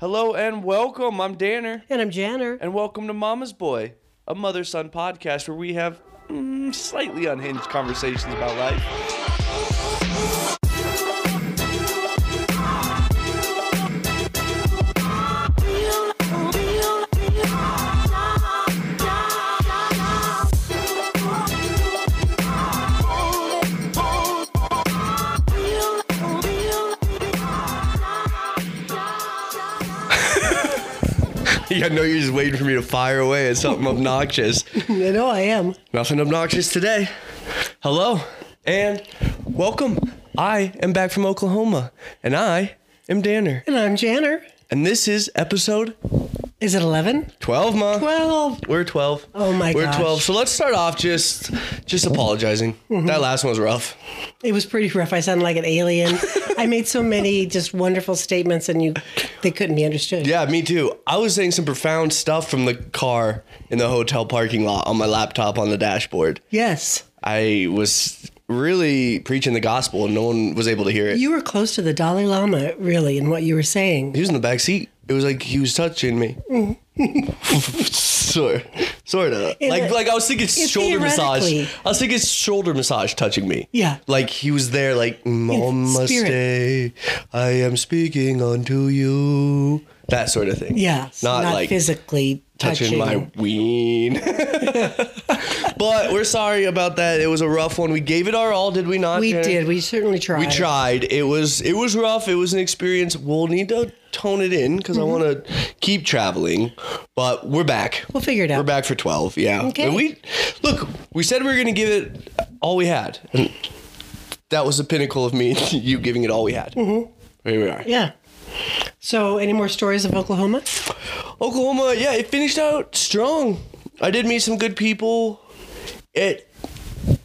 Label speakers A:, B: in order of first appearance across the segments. A: Hello and welcome. I'm Danner,
B: And I'm Janner.
A: and welcome to Mama's Boy, a mother son podcast where we have mm, slightly unhinged conversations about life. I know you're just waiting for me to fire away at something obnoxious.
B: You know I am.
A: Nothing obnoxious today. Hello and welcome. I am back from Oklahoma and I am Danner.
B: And I'm Janner.
A: And this is episode
B: Is it 11?
A: 12, Ma.
B: 12.
A: We're 12.
B: Oh my
A: We're
B: gosh. Mm-hmm.
A: 12. So let's start off just just apologizing. That last one was rough.
B: It was pretty rough. I sounded like an alien. I made so many just wonderful statements and you they couldn't be understood.
A: Yeah, me too. I was saying some profound stuff from the car in the hotel parking lot on my laptop on the dashboard.
B: Yes.
A: I was really preaching the gospel and no one was able to hear it.
B: You were close to the Dalai Lama, really, in what you were saying.
A: he was in the back seat. It was like he was touching me. sort, sort of. Like,
B: the-
A: like I was thinking shoulder massage.
B: theoretically-
A: I was thinking shoulder massage touching me.
B: Yeah.
A: Like he was there. Like Namaste,
B: spirit.
A: I am speaking unto you. That sort of thing.
B: Yes.
A: Not,
B: Not,
A: like
B: physically
A: touching
B: touching.
A: my ween. but we're sorry about that. It was a rough one. We gave it our all, did we not?
B: we
A: Jared?
B: did. We certainly tried.
A: We tried. It was it was rough. It was an experience. We'll need to tone it in because
B: Mm-hmm.
A: I want to keep traveling. But we're back.
B: We'll figure it out.
A: We're back for twelve. Yeah.
B: Okay.
A: And we look. We said we were going to give it all we had, and that was the pinnacle of me you giving it all we had. Mm-hmm. Here we are.
B: Yeah. So any more stories of Oklahoma?
A: Oklahoma, yeah, it finished out strong. I did meet some good people. It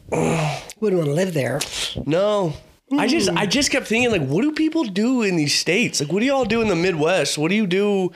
B: Wouldn't want to live there.
A: no. I just I just kept thinking like what do people do in these states? Like what do y'all do in the Midwest? What do you do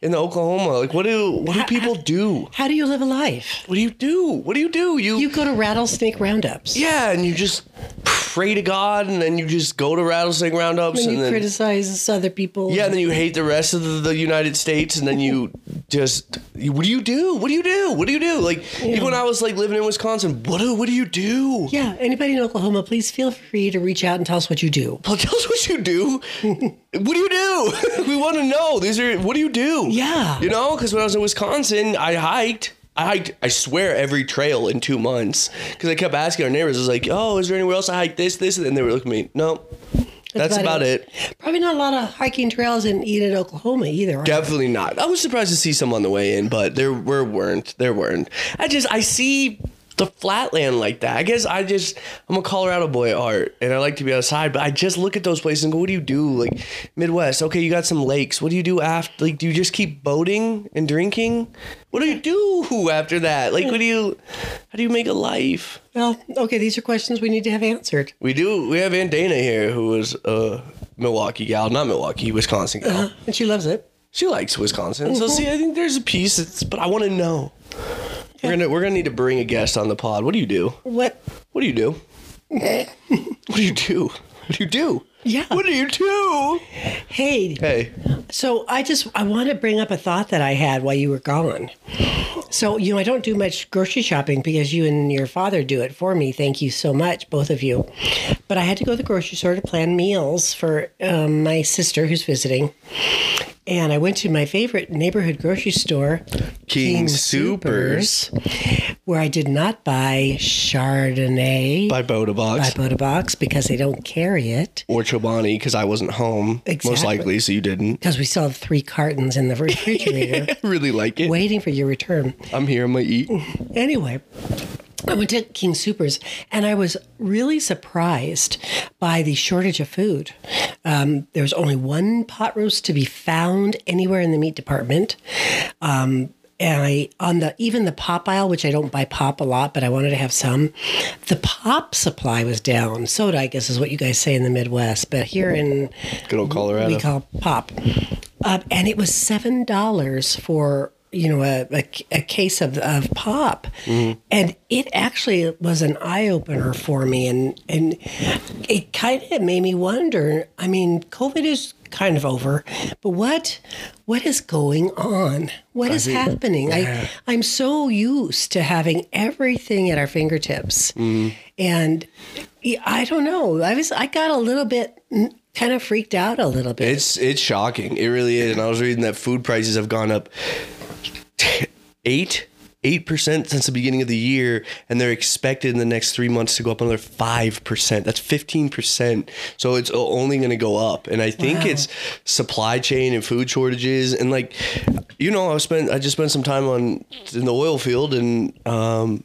A: in the Oklahoma? Like what do what do people do?
B: How do you live a life?
A: What do you do? What do you do? You,
B: You go to rattlesnake roundups.
A: Yeah, and you just pray to God and then you just go to rattlesnake roundups
B: And
A: and,
B: you
A: then
B: criticize other people.
A: Yeah, and then you hate the rest of the, the United States, and then you just you- what do you do? What do you do? What do you do? Like even when I was like living in Wisconsin, what do what do you do?
B: Yeah, anybody in Oklahoma, please feel free to reach out and tell us what you do.
A: Well, tell us what you do. what do you do? we want to know. These are what do you do?
B: Yeah.
A: you know, because when I was in Wisconsin, I hiked. I hiked, I swear, every trail in two months because I kept asking our neighbors. I was like, "Oh, is there anywhere else I hike this, this?" And then they were looking at me. No, that's, about, it.
B: Probably not a lot of hiking trails in Enid, Oklahoma either. are
A: Definitely not. I was surprised to see some on the way in, but there were weren't. There weren't. I just I see the flatland like that. I guess I just I'm a Colorado boy at heart, and I like to be outside. But I just look at those places and go, what do you do? Like Midwest, okay, you got some lakes. What do you do after? Like, do you just keep boating and drinking? What do you do after that? Like, what do you? How do you make a life?
B: there? Well, okay, these are questions we need to have answered.
A: We do. We have Aunt Dana here, who is a Milwaukee gal, not Milwaukee, Wisconsin gal.
B: And she loves it.
A: She likes Wisconsin. So
B: Mm-hmm.
A: see, I think there's a piece that's but I want to know. We're gonna we're gonna need to bring a guest on the pod. What do you do?
B: What?
A: What do you do? What do you do? What do you do?
B: Yeah.
A: What do you do?
B: Hey,
A: Hey.
B: so I just I want to bring up a thought that I had while you were gone. So, you know, I don't do much grocery shopping because you and your father do it for me. Thank you so much, both of you. But I had to go to the grocery store to plan meals for um, my sister who's visiting. And I went to my favorite neighborhood grocery store,
A: King,
B: Supers. where I did not buy Chardonnay
A: by Boda
B: by
A: Box
B: Boda Box because they don't carry it.
A: or Chobani because I wasn't home most
B: Exactly.
A: likely, so you didn't.
B: Because we still have three cartons in the refrigerator
A: I really like it.
B: waiting for your return.
A: I'm here. I'm gonna eat.
B: Anyway, I went to King Supers and I was really surprised by the shortage of food. Um, there was only one pot roast to be found anywhere in the meat department. Um, and I on the even the pop aisle, which I don't buy pop a lot, but I wanted to have some. The pop supply was down. Soda, I guess, is what you guys say in the Midwest, but here in
A: Good old Colorado.
B: we call pop. Um, and it was seven dollars for you know a, a, a case of, of pop, and it actually was an eye opener for me, and and it kind of made me wonder. I mean, COVID is kind of over, but what what is going on? What is happening? I I'm so used to having everything at our fingertips, and yeah, I don't know. I was I got a little bit kind of freaked out a little bit.
A: It's it's shocking. It really is. And I was reading that food prices have gone up eight eight percent since the beginning of the year, and they're expected in the next three months to go up another five percent. That's fifteen percent. So it's o- only going to go up. And I think it's supply chain and food shortages. And like, you know, I spent I just spent some time on in the oil field and. um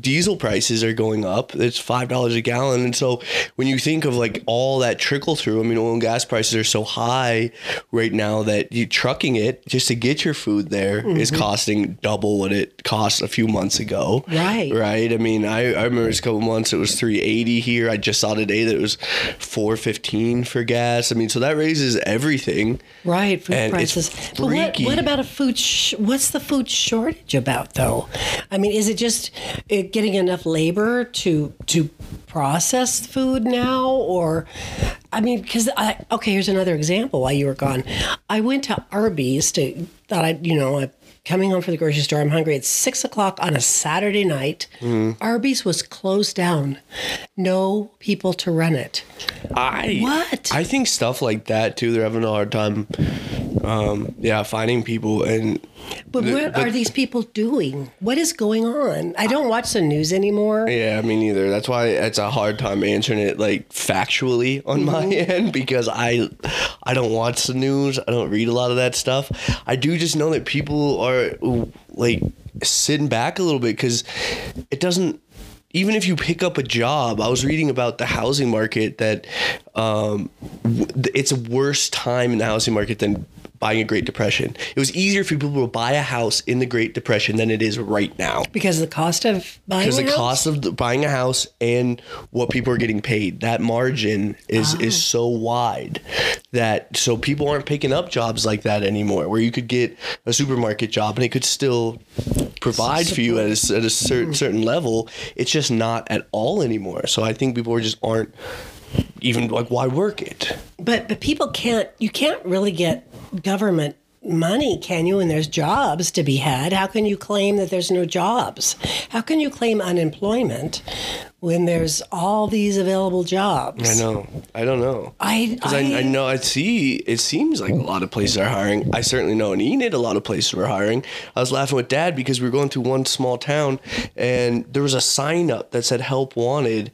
A: diesel prices are going up. It's five dollars a gallon, and so when you think of like all that trickle through, I mean, oil and gas prices are so high right now that you trucking it just to get your food there is
B: Mm-hmm.
A: costing double what it cost a few months ago.
B: Right.
A: Right. I mean, I, I remember it's a couple months it was three eighty here. I just saw today that it was four fifteen for gas. I mean, so that raises everything.
B: Right, food
A: And it's
B: prices. But what,
A: freaky.
B: what about a food? Sh- what's the food shortage about, though? I mean, is it just it getting enough labor to to process food now, or I mean, because I okay, here's another example. While you were gone, I went to Arby's to thought I you know. I, Coming home from the grocery store, I'm hungry. It's six o'clock on a Saturday night.
A: Mm-hmm.
B: Arby's was closed down. No people to run it.
A: I
B: What?
A: I think stuff like that too. They're having a hard time. Um, yeah, finding people and
B: But what
A: but-
B: are these people doing? What is going on? I don't watch the news anymore.
A: Yeah, me neither. That's why it's a hard time answering it like factually on my end because I I don't watch the news. I don't read a lot of that stuff. I do just know that people are like sitting back a little bit cuz it doesn't even if you pick up a job, I was reading about the housing market that um, w- it's a worse time in the housing market than buying a Great Depression. It was easier for people to buy a house in the Great Depression than it is right now
B: Because the cost of buying
A: because
B: a
A: the
B: house?
A: cost of the, buying a house and what people are getting paid that margin is is so wide that so people aren't picking up jobs like that anymore where you could get a supermarket job and it could still provide for you at a, s- at a certain certain level it's just not at all anymore so i think people are just aren't even like why work it
B: But but people can't. You can't really get government money, can you? And there's jobs to be had. How can you claim that there's no jobs? How can you claim unemployment when there's all these available jobs?
A: i know i don't know
B: I,
A: Because I, I know I see it seems like a lot of places are hiring. I certainly know in Enid a lot of places were hiring. I was laughing with dad because we were going through one small town and there was a sign up that said help wanted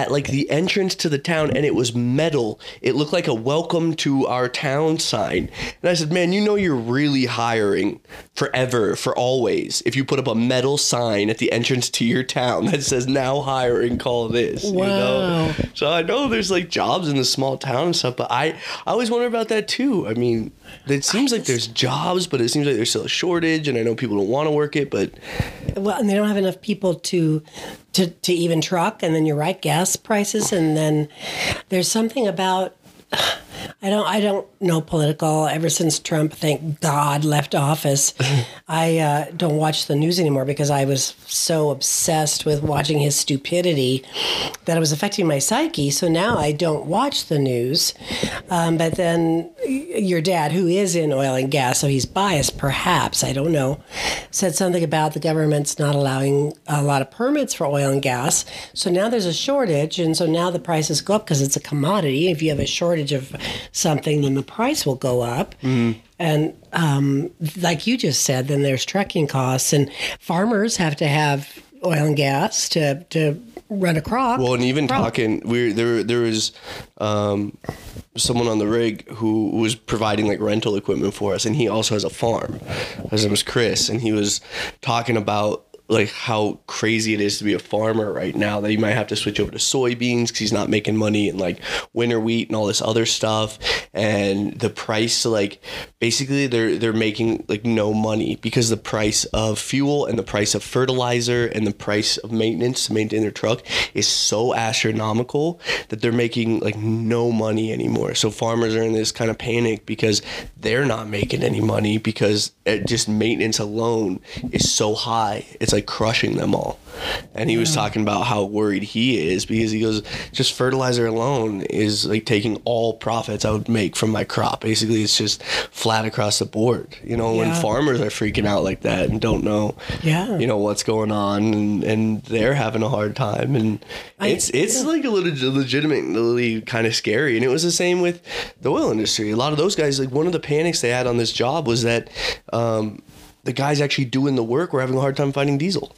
A: at like the entrance to the town and it was metal. It looked like a welcome to our town sign. And I said, Man, you know you're really hiring forever, for always, if you put up a metal sign at the entrance to your town that says now hiring, call this. You know?
B: Wow.
A: So I know there's like jobs in the small town and stuff, but I, I always wonder about that too. I mean, it seems like there's jobs, but it seems like there's still a shortage, and I know people don't want to work it, but
B: well, and they don't have enough people to to to even truck, and then you're right, gas prices, and then there's something about I don't I don't know political. Ever since Trump, thank God, left office, I uh, don't watch the news anymore because I was so obsessed with watching his stupidity that it was affecting my psyche. So now I don't watch the news. Um, but then y- your dad, who is in oil and gas, so he's biased, perhaps I don't know, said something about the government's not allowing a lot of permits for oil and gas. So now there's a shortage, and so now the prices go up because it's a commodity. If you have a shortage of something, then the price will go up.
A: Mm-hmm.
B: And um, like you just said, then there's trucking costs, and farmers have to have oil and gas to to run a crop.
A: Well, and even
B: Bro.
A: talking, we there there was um, someone on the rig who was providing like rental equipment for us, and he also has a farm. His name was Chris, and he was talking about like how crazy it is to be a farmer right now that he might have to switch over to soybeans because he's not making money and like winter wheat and all this other stuff and the price like basically they're they're making like no money because the price of fuel and the price of fertilizer and the price of maintenance to maintain their truck is so astronomical that they're making like no money anymore. So farmers are in this kind of panic because eh, they're not making any money because it just maintenance alone is so high. It's like like crushing them all. And he was talking about how worried he is because he goes, just fertilizer alone is like taking all profits I would make from my crop. Basically, it's just flat across the board. You know, when
B: Yeah.
A: farmers are freaking out like that and don't know,
B: Yeah.
A: you know what's going on, and, and they're having a hard time, and it's it's like a little legitimately kind of scary. And it was the same with the oil industry. A lot of those guys, like one of the panics they had on this job was that. Um, the guys actually doing the work were having a hard time finding diesel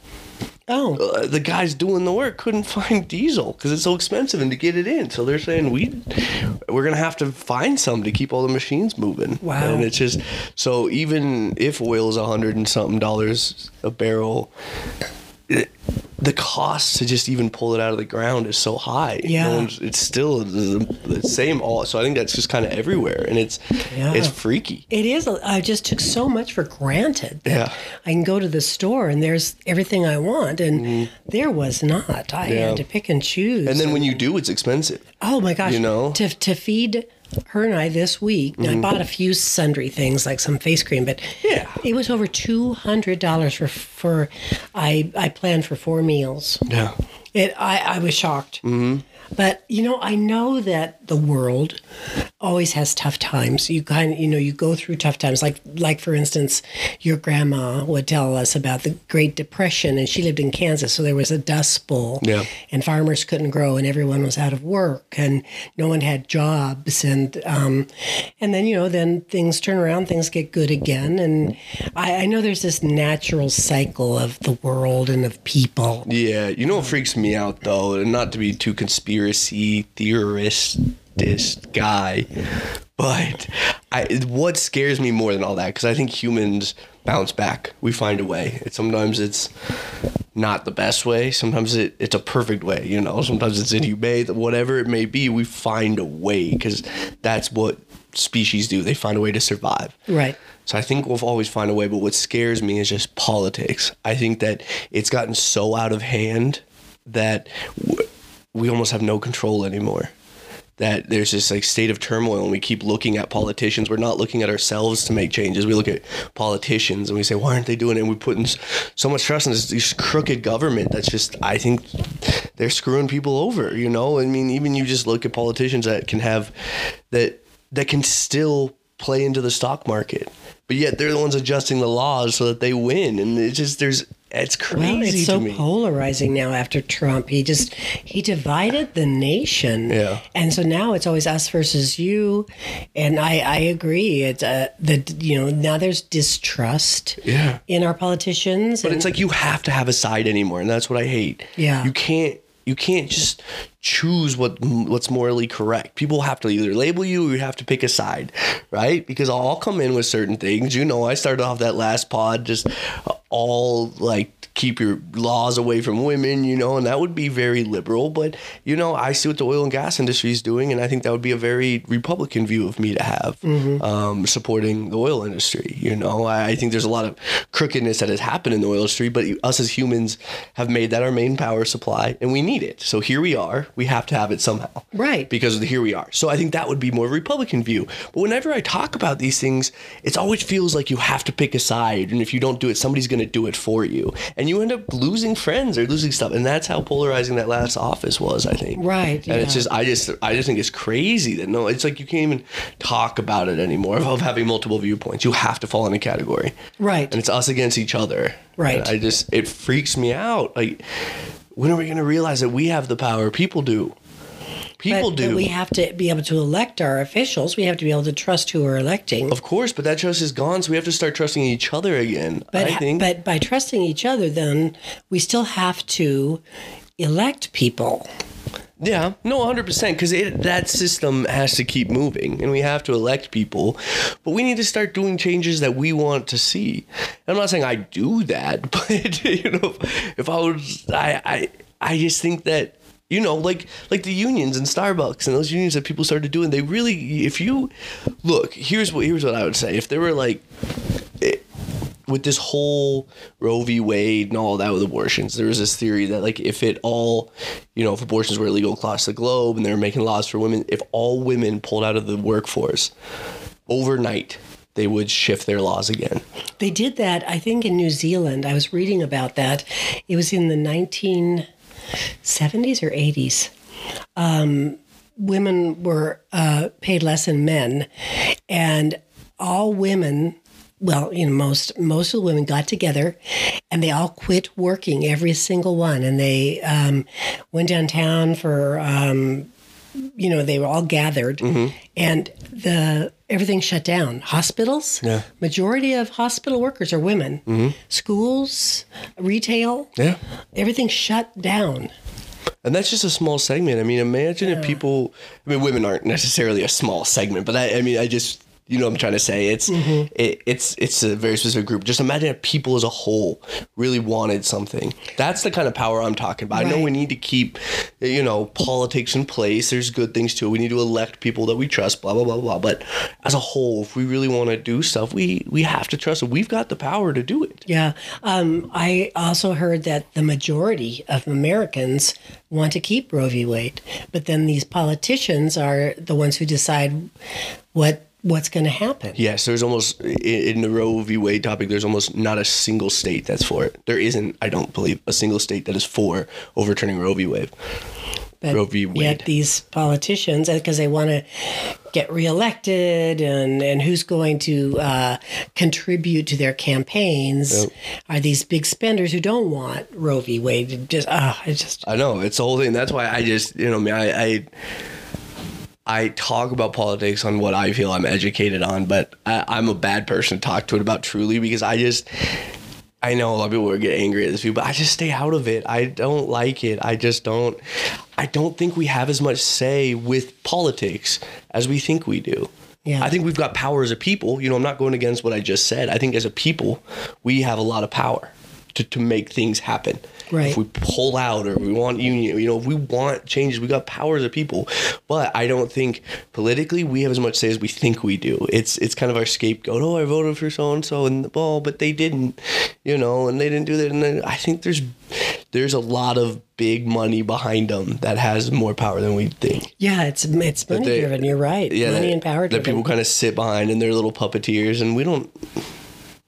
B: Oh,
A: uh, the guys doing the work couldn't find diesel because it's so expensive and to get it in. So they're saying we we're gonna have to find some to keep all the machines moving.
B: Wow.
A: And it's just so even if oil is a hundred and something dollars a barrel. It, the cost to just even pull it out of the ground is so high. No
B: Yeah.
A: one's- it's still the, the same all. So I think that's just kind of everywhere, and it's
B: Yeah.
A: it's freaky.
B: it is. I just took so much for granted. that
A: Yeah.
B: I can go to the store and there's everything I want, and there was not. I
A: Mm-hmm. Yeah.
B: had to pick and choose.
A: And then when you do, it's expensive.
B: Oh my gosh.
A: You know? Mm-hmm.
B: To, to feed her and I this week, I bought a few sundry things like some face cream, but
A: Yeah.
B: it was over $200 for, for I, I planned for four meals.
A: Yeah.
B: It, I, I was shocked.
A: Mm-hmm.
B: But you know, I know that the world always has tough times. You kind of, you know, you go through tough times. Like, like for instance, your grandma would tell us about the Great Depression, and she lived in Kansas, so there was a Dust Bowl,
A: Yeah.
B: and farmers couldn't grow, and everyone was out of work, and no one had jobs, and um, and then you know, then things turn around, things get good again, and I, I know there's this natural cycle of the world and of people.
A: Yeah, you know what freaks me out though, and not to be too conspiracy theorist this guy, but I what scares me more than all that because I think humans bounce back. We find a way. It, sometimes it's not the best way. Sometimes it, it's a perfect way. You know, sometimes it's inhumane. Whatever it may be, we find a way because that's what species do. They find a way to survive.
B: Right.
A: So I think we'll always find a way. But what scares me is just politics. I think that it's gotten so out of hand that w- we almost have no control anymore. That there's this like state of turmoil, and we keep looking at politicians. We're not looking at ourselves to make changes. We look at politicians and we say, "Why aren't they doing it?" And we put in s- so much trust in this, this crooked government that's just, I think, they're screwing people over. You know, I mean, even you just look at politicians that can have that that can still play into the stock market. But yet they're the ones adjusting the laws so that they win. And it's just there's it's crazy
B: Well, it's so
A: to me.
B: polarizing now after Trump. He just he divided the nation.
A: Yeah.
B: And so now it's always us versus you. And I I agree. It's uh, that you know now there's distrust.
A: Yeah.
B: In our politicians.
A: but it's like you have to have a side anymore, and that's what I hate.
B: Yeah.
A: you can't you can't just choose what what's morally correct. People have to either label you or you have to pick a side, right? Because I'll come in with certain things. You know, I started off that last pod just all like keep your laws away from women, you know, and that would be very liberal. But you know, I see what the oil and gas industry is doing, and I think that would be a very Republican view of me to have, um, supporting the oil industry. You know, I, I think there's a lot of crookedness that has happened in the oil industry, but us as humans have made that our main power supply, and we need it. So here we are. We have to have it somehow,
B: Right.
A: Because of the, here we are. So I think that would be more Republican view. But whenever I talk about these things, it always feels like you have to pick a side, and if you don't do it, somebody's going to do it for you, and you end up losing friends or losing stuff. And that's how polarizing that last office was, I think.
B: Right,
A: And it's
B: yeah.
A: just I just I just think it's crazy that no, it's like you can't even talk about it anymore of having multiple viewpoints. You have to fall in a category,
B: Right.
A: And it's us against each other,
B: Right.
A: And I just it freaks me out. Like, when are we going to realize that we have the power? People do.
B: but-
A: People
B: but
A: do.
B: we have to be able to elect our officials. We have to be able to trust who we're electing.
A: of course, but that trust is gone, so we have to start trusting each other again.
B: But,
A: I think.
B: but by trusting each other, then we still have to elect people.
A: Yeah, no, 100%, because that system has to keep moving and we have to elect people, but we need to start doing changes that we want to see. And I'm not saying I do that, but, you know, if I was, I, I, I just think that, you know, like, like the unions and Starbucks and those unions that people started doing, they really, if you look, here's what, here's what I would say. If there were like, with this whole Roe v. Wade and all that with abortions, there was this theory that like if it all, you know, if abortions were illegal across the globe and they were making laws for women, if all women pulled out of the workforce overnight, they would shift their laws again.
B: They did that, I think, in New Zealand. I was reading about that. It was in the 1970s or 80s. Um, women were uh, paid less than men, and all women. Well, you know, most most of the women got together, and they all quit working. Every single one, and they um, went downtown for um, you know they were all gathered
A: Mm-hmm.
B: and the everything shut down hospitals
A: Yeah. Mm-hmm.
B: majority of hospital workers are women schools retail
A: Yeah.
B: everything shut down
A: And that's just a small segment. I mean, imagine if people, I mean, women aren't necessarily a small segment, but I, I mean, I just, you know what I'm trying to say? It's, it, it's, it's a very specific group. Just imagine if people as a whole really wanted something. That's the kind of power I'm talking about. I know we
B: Right.
A: need to keep, you know, politics in place. There's good things too. We need to elect people that we trust, blah, blah, blah, blah. But as a whole, if we really want to do stuff, we, we have to trust them. We've got the power to do it.
B: yeah um, i also heard that the majority of americans want to keep roe v wade but then these politicians are the ones who decide what what's going to happen
A: Yes, there's almost i- in the Roe v. Wade topic. There's almost not a single state that's for it. There isn't, I don't believe, a single state that is for overturning Roe v. Wade.
B: But
A: Roe v. Wade.
B: Yet these politicians, because they want to get reelected, and and who's going to uh, contribute to their campaigns, are these big spenders who don't want Roe v. Wade. It Just ah, it's just
A: I know it's the whole thing. That's why I just, you know, I mean, I, I, I talk about politics on what I feel I'm educated on, but I, I'm a bad person to talk to it about truly because I just. I know a lot of people would get angry at this view, but I just stay out of it. I don't like it. I just don't. I don't think we have as much say with politics as we think we do.
B: Yeah.
A: I think we've got power as a people. You know, I'm not going against what I just said. I think as a people, we have a lot of power to, to make things happen.
B: Right.
A: If we pull out or we want union, you know, if we want changes, we got power as a people. But I don't think politically we have as much say as we think we do. It's it's kind of our scapegoat. Oh, I voted for so and so and well, but they didn't, you know, and they didn't do that. And then I think there's there's a lot of big money behind them that has more power than we think
B: yeah, it's it's money
A: they-
B: driven. You're right, money
A: that-
B: and power
A: that
B: driven.
A: people kind of sit behind and they're little puppeteers, and we don't.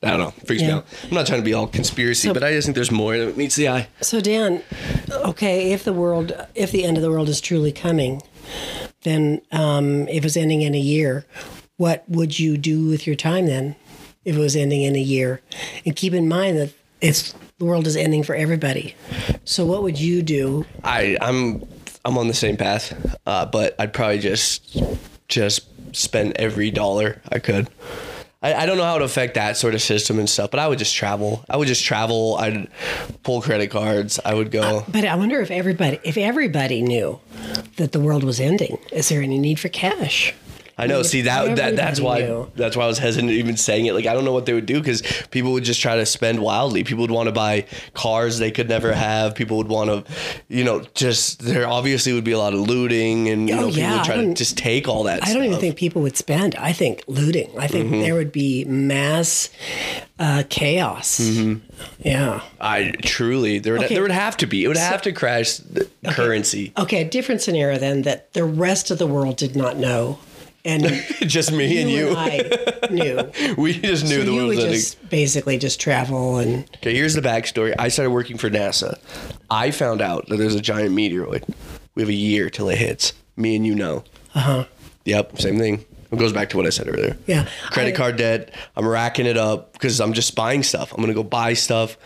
A: I don't know. Freaks me
B: Yeah.
A: out. I'm not trying to be all conspiracy, but I just think there's more that meets the eye.
B: so Dan, okay, if the world, if the end of the world is truly coming, then um, if it was ending in a year, what would you do with your time then? If it was ending in a year, and keep in mind that it's the world is ending for everybody. So what would you do?
A: I I'm I'm on the same path, uh, but I'd probably just just spend every dollar I could. I, I don't know how to affect that sort of system and stuff, but I would just travel. I would just travel. I'd pull credit cards. I would go.
B: But I wonder if everybody, if everybody knew that the world was ending, is there any need for cash?
A: I know. See that that that's why
B: Everybody knew.
A: that's why I was hesitant even saying it. Like I don't know what they would do because people would just try to spend wildly. People would want to buy cars they could never have. People would want to, you know, just there obviously would be a lot of looting and you
B: Oh,
A: know people
B: yeah, I
A: would try to
B: wouldn't-
A: just take all that.
B: I don't even
A: stuff.
B: think people would spend. I think looting. I think there would be mass uh, chaos. Yeah.
A: I truly there would
B: Okay.
A: there would have to be it would have to crash the currency.
B: Okay, a different scenario then that the rest of the world did not know, and you
A: just me and you.
B: and I knew.
A: we just knew the
B: you
A: world was
B: would
A: ending.
B: just basically just travel and
A: Okay, here's the backstory. I started working for NASA. I found out that there's a giant meteoroid. We have a year till it hits. Me and you know. Uh huh. Yep, same thing. It goes back to what I said earlier.
B: Uh-huh. Yeah,
A: Credit
B: I-
A: card debt. I'm racking it up because I'm just buying stuff. I'm gonna go buy stuff.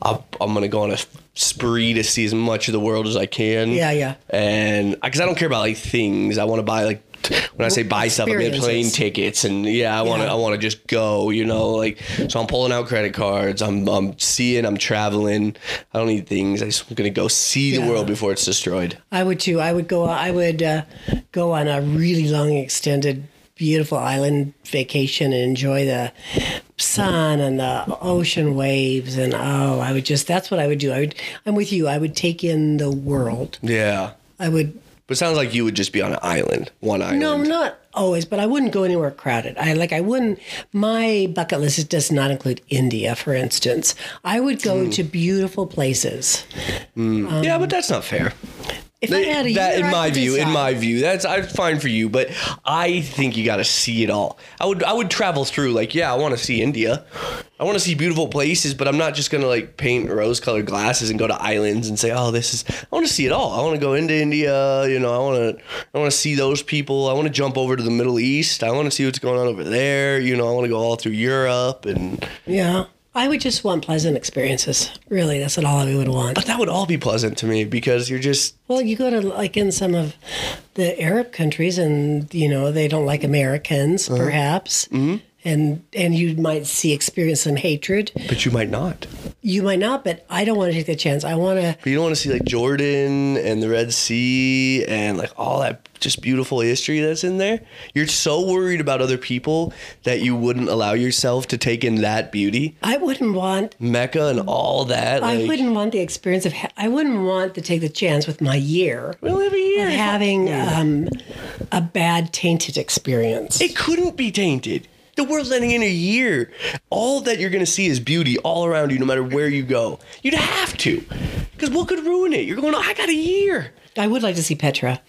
A: I'll, I'm gonna go on a spree to see as much of the world as I can.
B: Yeah, yeah.
A: And because I don't care about like things, I want to buy like t- when I say buy stuff, I mean plane
B: Experiences.
A: tickets and yeah, I want to
B: Yeah.
A: I want to just go, you know, like so I'm pulling out credit cards, I'm I'm seeing, I'm traveling. I don't need things. I just am going to go see the
B: Yeah.
A: world before it's destroyed.
B: I would too. I would go. I would uh, go on a really long, extended, beautiful island vacation and enjoy the sun and the ocean waves. And oh, I would just. That's what I would do. I would. I'm with you. I would take in the world.
A: Yeah.
B: I would.
A: But it sounds like you would just be on an island, one island.
B: No, not always, but I wouldn't go anywhere crowded. I like. I wouldn't. My bucket list does not include India, for
A: Hmm.
B: instance. I would go to beautiful places.
A: yeah, but that's not fair.
B: If I
A: They-
B: had a
A: that
B: year,
A: in
B: I
A: my
B: could
A: view, in
B: decide.
A: my view, that's I'm fine for you, but I think you got to see it all. I would I would travel through like yeah, I want to see India, I want to see beautiful places, but I'm not just gonna like paint rose colored glasses and go to islands and say oh this is I want to see it all. I want to go into India, you know, I want to I want to see those people. I want to jump over to the Middle East. I want to see what's going on over there. You know, I want to go all through Europe and
B: Yeah. I would just want pleasant experiences. Really, that's all I would want.
A: that would all be pleasant to me because you're just
B: Well, you go to like in some of the Arab countries, and you know they don't like Americans,
A: Uh-huh.
B: perhaps,
A: Mm-hmm.
B: and and you might see experience some hatred.
A: but you might not.
B: You might not, but I don't want to take the chance. I want to.
A: But you don't want to see like Jordan and the Red Sea and like all that just beautiful history that's in there. You're so worried about other people that you wouldn't allow yourself to take in that beauty.
B: I wouldn't want.
A: Mecca and all that.
B: I
A: like,
B: wouldn't want the experience of. Ha- I wouldn't want to take the chance with my year
A: We live a year.
B: of having um, a bad tainted experience.
A: It couldn't be tainted. The world's ending in a year. All that you're gonna see is beauty all around you, no matter where you go. You'd have to, because what could ruin it? You're going. "Oh, I got a year.
B: I would like to see Petra.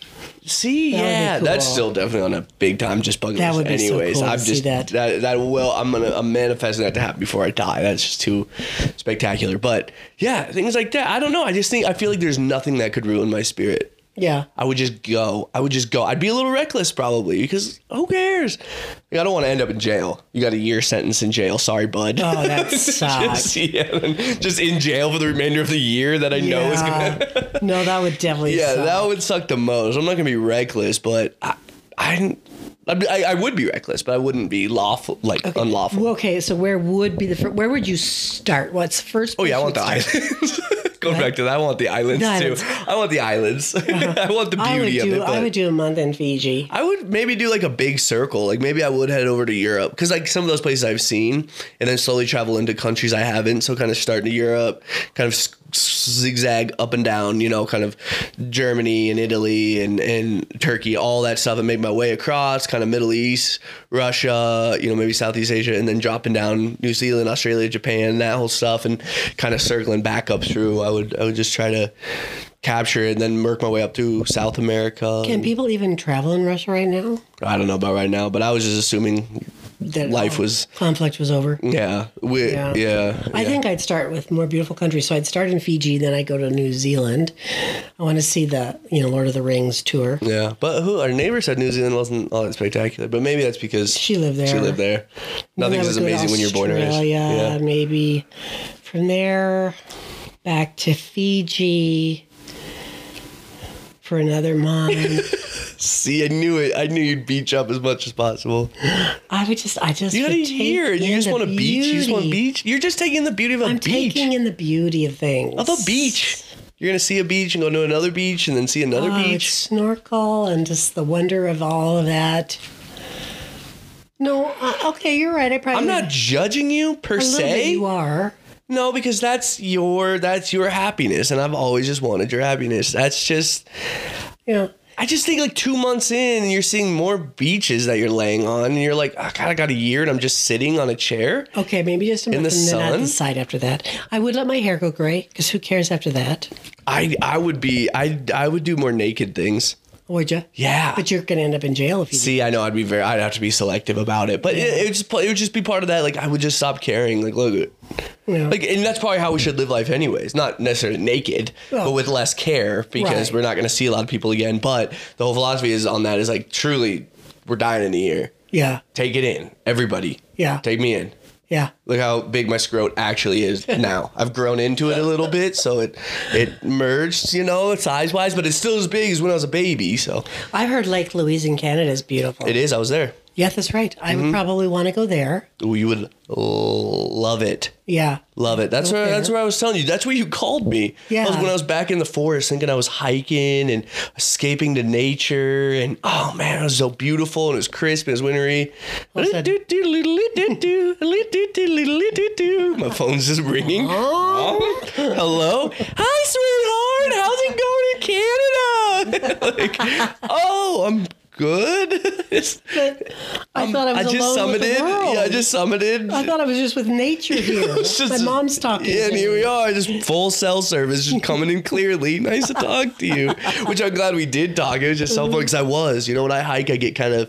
A: See,
B: would be
A: yeah, that's
B: cool.
A: still definitely on a big time just bucket
B: That
A: list.
B: would be so
A: Anyways,
B: cool to
A: I'm
B: see
A: just
B: that.
A: that that will I'm gonna I'm manifesting that to happen before I die. That's just too spectacular. But yeah, things like that. I don't know. I just think I feel like there's nothing that could ruin my spirit.
B: Yeah.
A: I would just go. I would just go. I'd be a little reckless probably because who cares? Like, I don't want to end up in jail. You got a year sentence in jail. Sorry, bud.
B: Oh, that sucks.
A: just, yeah, just in jail for the remainder of the year that I know is gonna.
B: Yeah. no, that would definitely.
A: Yeah,
B: suck.
A: that would suck the most. I'm not gonna be reckless, but I, I, I'd be- I, I would be reckless, but I wouldn't be lawful, like unlawful.
B: Well, okay, so where would be the fir- where would you start? What's first?
A: oh yeah, I want the
B: place you'd
A: islands. Going back to that, I want the islands
B: The
A: too.
B: islands.
A: I want the islands. I want the
B: start? I would
A: beauty
B: do
A: of it. But
B: I would do a month in Fiji.
A: I would maybe do like a big circle. Like maybe I would head over to Europe because like some of those places I've seen, and then slowly travel into countries I haven't. So kind of start in Europe, kind of s- s- zigzag up and down. You know, kind of Germany and Italy and and Turkey, all that stuff, and make my way across, kind of Middle East, Russia, you know, maybe Southeast Asia, and then dropping down New Zealand, Australia, Japan, that whole stuff, and kind of circling back up through. I would I would just try to capture it and then work my way up through South America.
B: Can
A: and-
B: people even travel in Russia right now?
A: I don't know about right now, but I was just assuming.
B: That
A: Life
B: all
A: was-
B: conflict was over.
A: Yeah, we,
B: Yeah.
A: yeah. yeah.
B: I think I'd start with more beautiful countries. So I'd start in Fiji, then I go to New Zealand. I want to see the you know Lord of the Rings tour.
A: Yeah, but who our neighbor said New Zealand wasn't all that spectacular, but maybe that's because
B: She lived there.
A: She lived there.
B: Then I
A: Nothing's
B: would
A: as
B: go to
A: amazing when you're born or raised.
B: Australia, um,
A: Yeah.
B: maybe from there back to Fiji for another month.
A: See, I knew it. I knew you'd beach up as much as possible.
B: I would just, I just.
A: You got
B: would
A: a
B: take
A: year, and you
B: in
A: just
B: the
A: want a beach. You just want
B: beauty.
A: beach. You're just taking the beauty of a
B: I'm
A: beach.
B: taking in the beauty of things.
A: of a beach. You're gonna see a beach and go to another beach and then see another
B: I would
A: beach.
B: Oh, snorkel and just the wonder of all of that. No, uh, okay, you're right. I probably.
A: I'm not judging you per
B: a little
A: se.
B: bit you are.
A: No, because that's your that's your happiness, and I've always just wanted your happiness. That's just
B: Yeah.
A: I just think like two months in, you're seeing more beaches that you're laying on, and you're like, oh, God, I got a year, and I'm just sitting on a chair.
B: Okay, maybe just a month
A: the
B: and then I'll
A: sun?
B: decide after that. I would let my hair go gray because who cares after that?
A: I I would be I I would do more naked things.
B: Would you?
A: Yeah.
B: But you're going to end up in jail if you do.
A: See, I know I'd be very, I'd have to be selective about it, but it, it, would just, it would just be part of that. Like, I would just stop caring. Like, look,
B: Yeah.
A: like, and that's probably how we should live life, anyways. Not necessarily naked,
B: Well,
A: but with less care because
B: right.
A: we're not going to see a lot of people again. But the whole philosophy is on that is like, truly, we're dying in a year.
B: Yeah.
A: Take it in, everybody.
B: Yeah.
A: Take me in.
B: Yeah.
A: Look how big my scrot actually is now. I've grown into it a little bit, so it it merged, you know, size wise, but it's still as big as when I was a baby. So
B: I've heard Lake Louise in Canada is beautiful.
A: it is. I Mm-hmm. was there.
B: Yeah, that's right. I would probably want to go there.
A: Ooh, you would love it.
B: Yeah.
A: Love it. That's where
B: Okay.
A: that's where I was telling you. That's where you called me.
B: Yeah.
A: That was when I was back in the forest thinking I was hiking and escaping to nature and oh man, it was so beautiful and it was crisp and it was wintry.
B: said.
A: My phone's just ringing. Hello? Hi sweetheart. How's it going in Canada? like, oh, I'm good. It's-
B: But I thought I was
A: Um, just
B: alone with the
A: summited.
B: world.
A: Yeah, I just summited.
B: I thought I was just with nature here.
A: It's just-
B: My mom's talking.
A: Yeah, and
B: to
A: here
B: me.
A: we are, just full cell service, just coming in clearly. Nice to talk to you, which I'm glad we did talk. It was just so fun because I was, you know, when I hike, I get kind of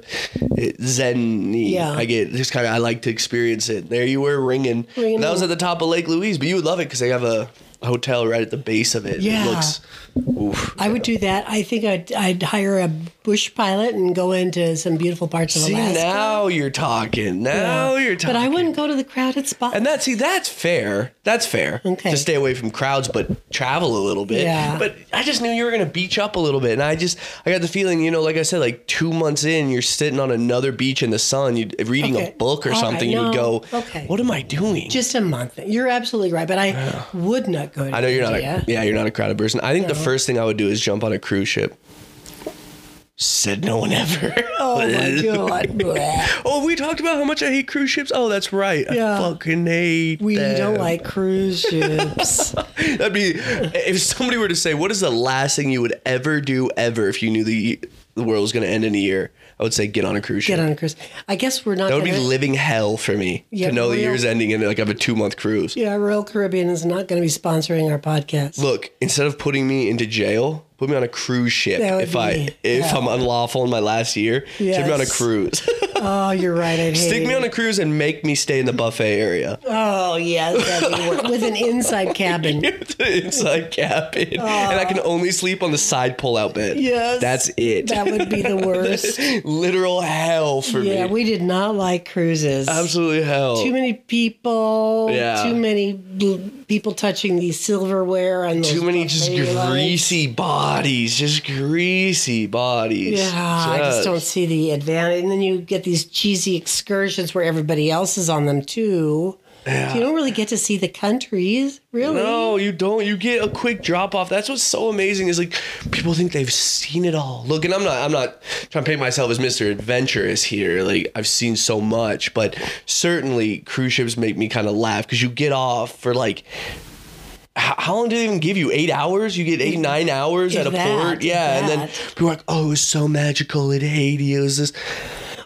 A: zen
B: Yeah.
A: I get just kind of, I like to experience it. There you were ringing.
B: Ringing.
A: That was at the top of Lake Louise, but you would love it because they have a hotel right at the base of it.
B: Yeah.
A: It looks, oof.
B: I would do that. I think I'd, I'd hire a bush pilot and go into some beautiful parts of
A: See,
B: Alaska.
A: now you're talking. Now you're talking.
B: But I wouldn't go to the crowded spot.
A: And that see, that's fair. That's fair.
B: Okay.
A: To stay away from crowds, but travel a little bit.
B: Yeah.
A: But I just knew you were gonna beach up a little bit, and I just I got the feeling, you know, like I said, like two months in, you're sitting on another beach in the sun, you would reading
B: Okay.
A: a book or
B: All right,
A: something. you would
B: no,
A: go,
B: okay.
A: What am I doing?
B: Just a month. You're absolutely right. But I would not go to
A: I know you're not.
B: India.
A: A, yeah, you're not a crowded person. I think the first thing I would do is jump on a cruise ship. Said no one ever.
B: Oh my God. Blech.
A: Oh, we talked about how much I hate cruise ships. Oh, that's right.
B: Yeah.
A: I fucking hate.
B: We
A: them.
B: don't like cruise ships.
A: That'd be if somebody were to say, "What is the last thing you would ever do ever if you knew the the world was going to end in a year?" I would say, "Get on a cruise ship."
B: Get on a cruise. I guess we're not
A: that would
B: going
A: be
B: to.
A: living hell for me
B: Yeah,
A: to know the
B: real-
A: year's ending and like I have a two month cruise.
B: Yeah, Royal Caribbean is not going to be sponsoring our podcast.
A: Look, instead of putting me into jail, put me on a cruise ship
B: That would
A: if I
B: be-
A: if
B: yeah.
A: I'm unlawful in my last year. Take me on a
B: Yes.
A: cruise.
B: Oh, you're right. I'd hate
A: Stick me
B: it.
A: on a cruise and make me stay in the buffet area.
B: Oh yeah, that'd be wor- with an inside cabin.
A: the inside cabin. and I can only sleep on the side pull out bed.
B: Yes.
A: That's it.
B: That would be the worst.
A: literal hell for
B: Yeah,
A: me.
B: we did not like cruises.
A: Absolutely hell.
B: Too many people.
A: Yeah.
B: Too many bl- people touching the silverware and
A: Too many just greasy bodies, just greasy bodies.
B: Yeah, I just don't see the advantage. And then you get these cheesy excursions where everybody else is on them too. So you don't really get to see the countries, really.
A: No, you don't. You get a quick drop off. That's what's so amazing is like people think they've seen it all. Look, and I'm not I'm not trying to paint myself as Mr. Adventurous here. Like I've seen so much, but certainly cruise ships make me kind of laugh because you get off for like how, how long do they even give you? Eight hours? You get eight, nine hours
B: If
A: at a
B: that,
A: port?
B: if
A: Yeah. And then
B: that.
A: people are like, oh, it was so magical at Haiti. It was this.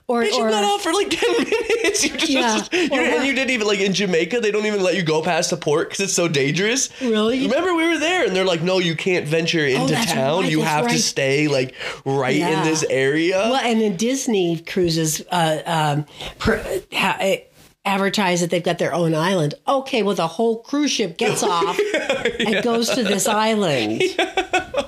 B: Or,
A: Bitch, you
B: or
A: got off for like 10 minutes. You just,
B: Yeah.
A: you,
B: Or
A: and
B: what?
A: you didn't even, like in Jamaica, they don't even let you go past the port because it's so dangerous.
B: Really? Oh,
A: Remember, we were there and they're like, no, you can't venture into
B: that's
A: town.
B: right,
A: you
B: that's
A: have to
B: right.
A: stay like right
B: Yeah.
A: in this area.
B: Well, and then Disney cruises uh, um, pr- ha- eh, advertise that they've got their own island. Okay, well, the whole cruise ship gets off and goes to this island.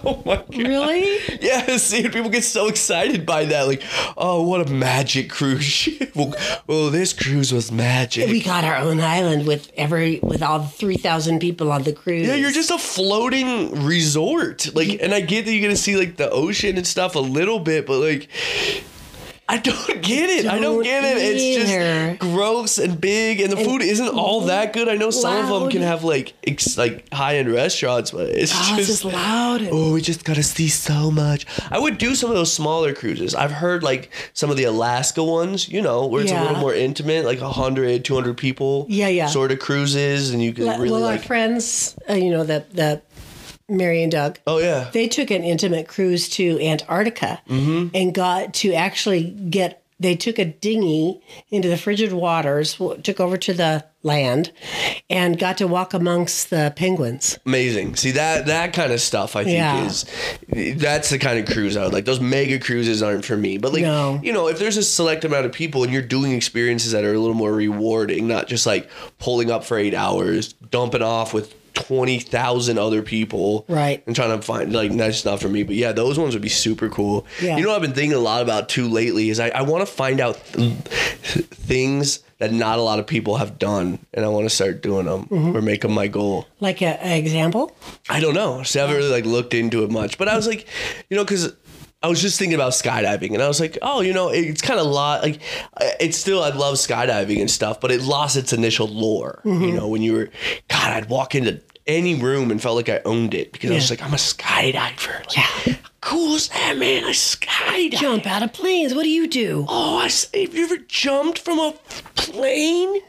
A: Oh my God.
B: Really?
A: Yeah, see, people get so excited by that. Like, oh, what a magic cruise ship. Well, well this cruise was magic.
B: We got our own island with every with all three thousand people on the cruise.
A: Yeah, you're just a floating resort. Like, and I get that you're gonna see like the ocean and stuff a little bit, but like, I don't get it. I don't
B: Don't
A: get it. It's
B: either.
A: just gross and big, and the food isn't all that good. I know some of them
B: loud.
A: can have like ex- like high end restaurants, but it's
B: Oh, it's
A: just
B: just loud. and-
A: oh, we just gotta see so much. I would do some of those smaller cruises. I've heard like some of the Alaska ones, you know, where it's a
B: Yeah.
A: little more intimate, like 100, 200 people,
B: Yeah, yeah.
A: sort of cruises, and you could
B: Well,
A: really
B: our
A: like.
B: friends, uh, you know, that that Mary and Doug.
A: Oh yeah.
B: they took an intimate cruise to Antarctica
A: Mm-hmm.
B: and got to actually get. They took a dinghy into the frigid waters, w- took over to the land, and got to walk amongst the penguins.
A: Amazing. See that that kind of stuff I think
B: Yeah.
A: is that's the kind of cruise I would like. Those mega cruises aren't for me. But like
B: No.
A: you know, if there's a select amount of people and you're doing experiences that are a little more rewarding, not just like pulling up for eight hours, dumping off with twenty thousand other people.
B: Right.
A: And trying to find like that's not for me. But yeah, those ones would be super cool.
B: Yeah.
A: You know what I've been thinking a lot about too lately is I, I want to find out th- things that not a lot of people have done and I want to start doing them
B: Mm-hmm.
A: or make them my goal.
B: Like a, an example,
A: I don't know. So I haven't really like looked into it much. But I was like, you know, because I was just thinking about skydiving, and I was like, oh, you know, it's kind of lot like I- it's still I love skydiving and stuff, but it lost its initial lore.
B: Mm-hmm.
A: You know, when you were God, I'd walk into any room and felt like I owned it because I was
B: Yeah.
A: like, I'm a skydiver. Like,
B: Yeah.
A: Cool is that, man? I skydive.
B: jump out of planes. What do you do?
A: Oh, I s have you ever jumped from a plane?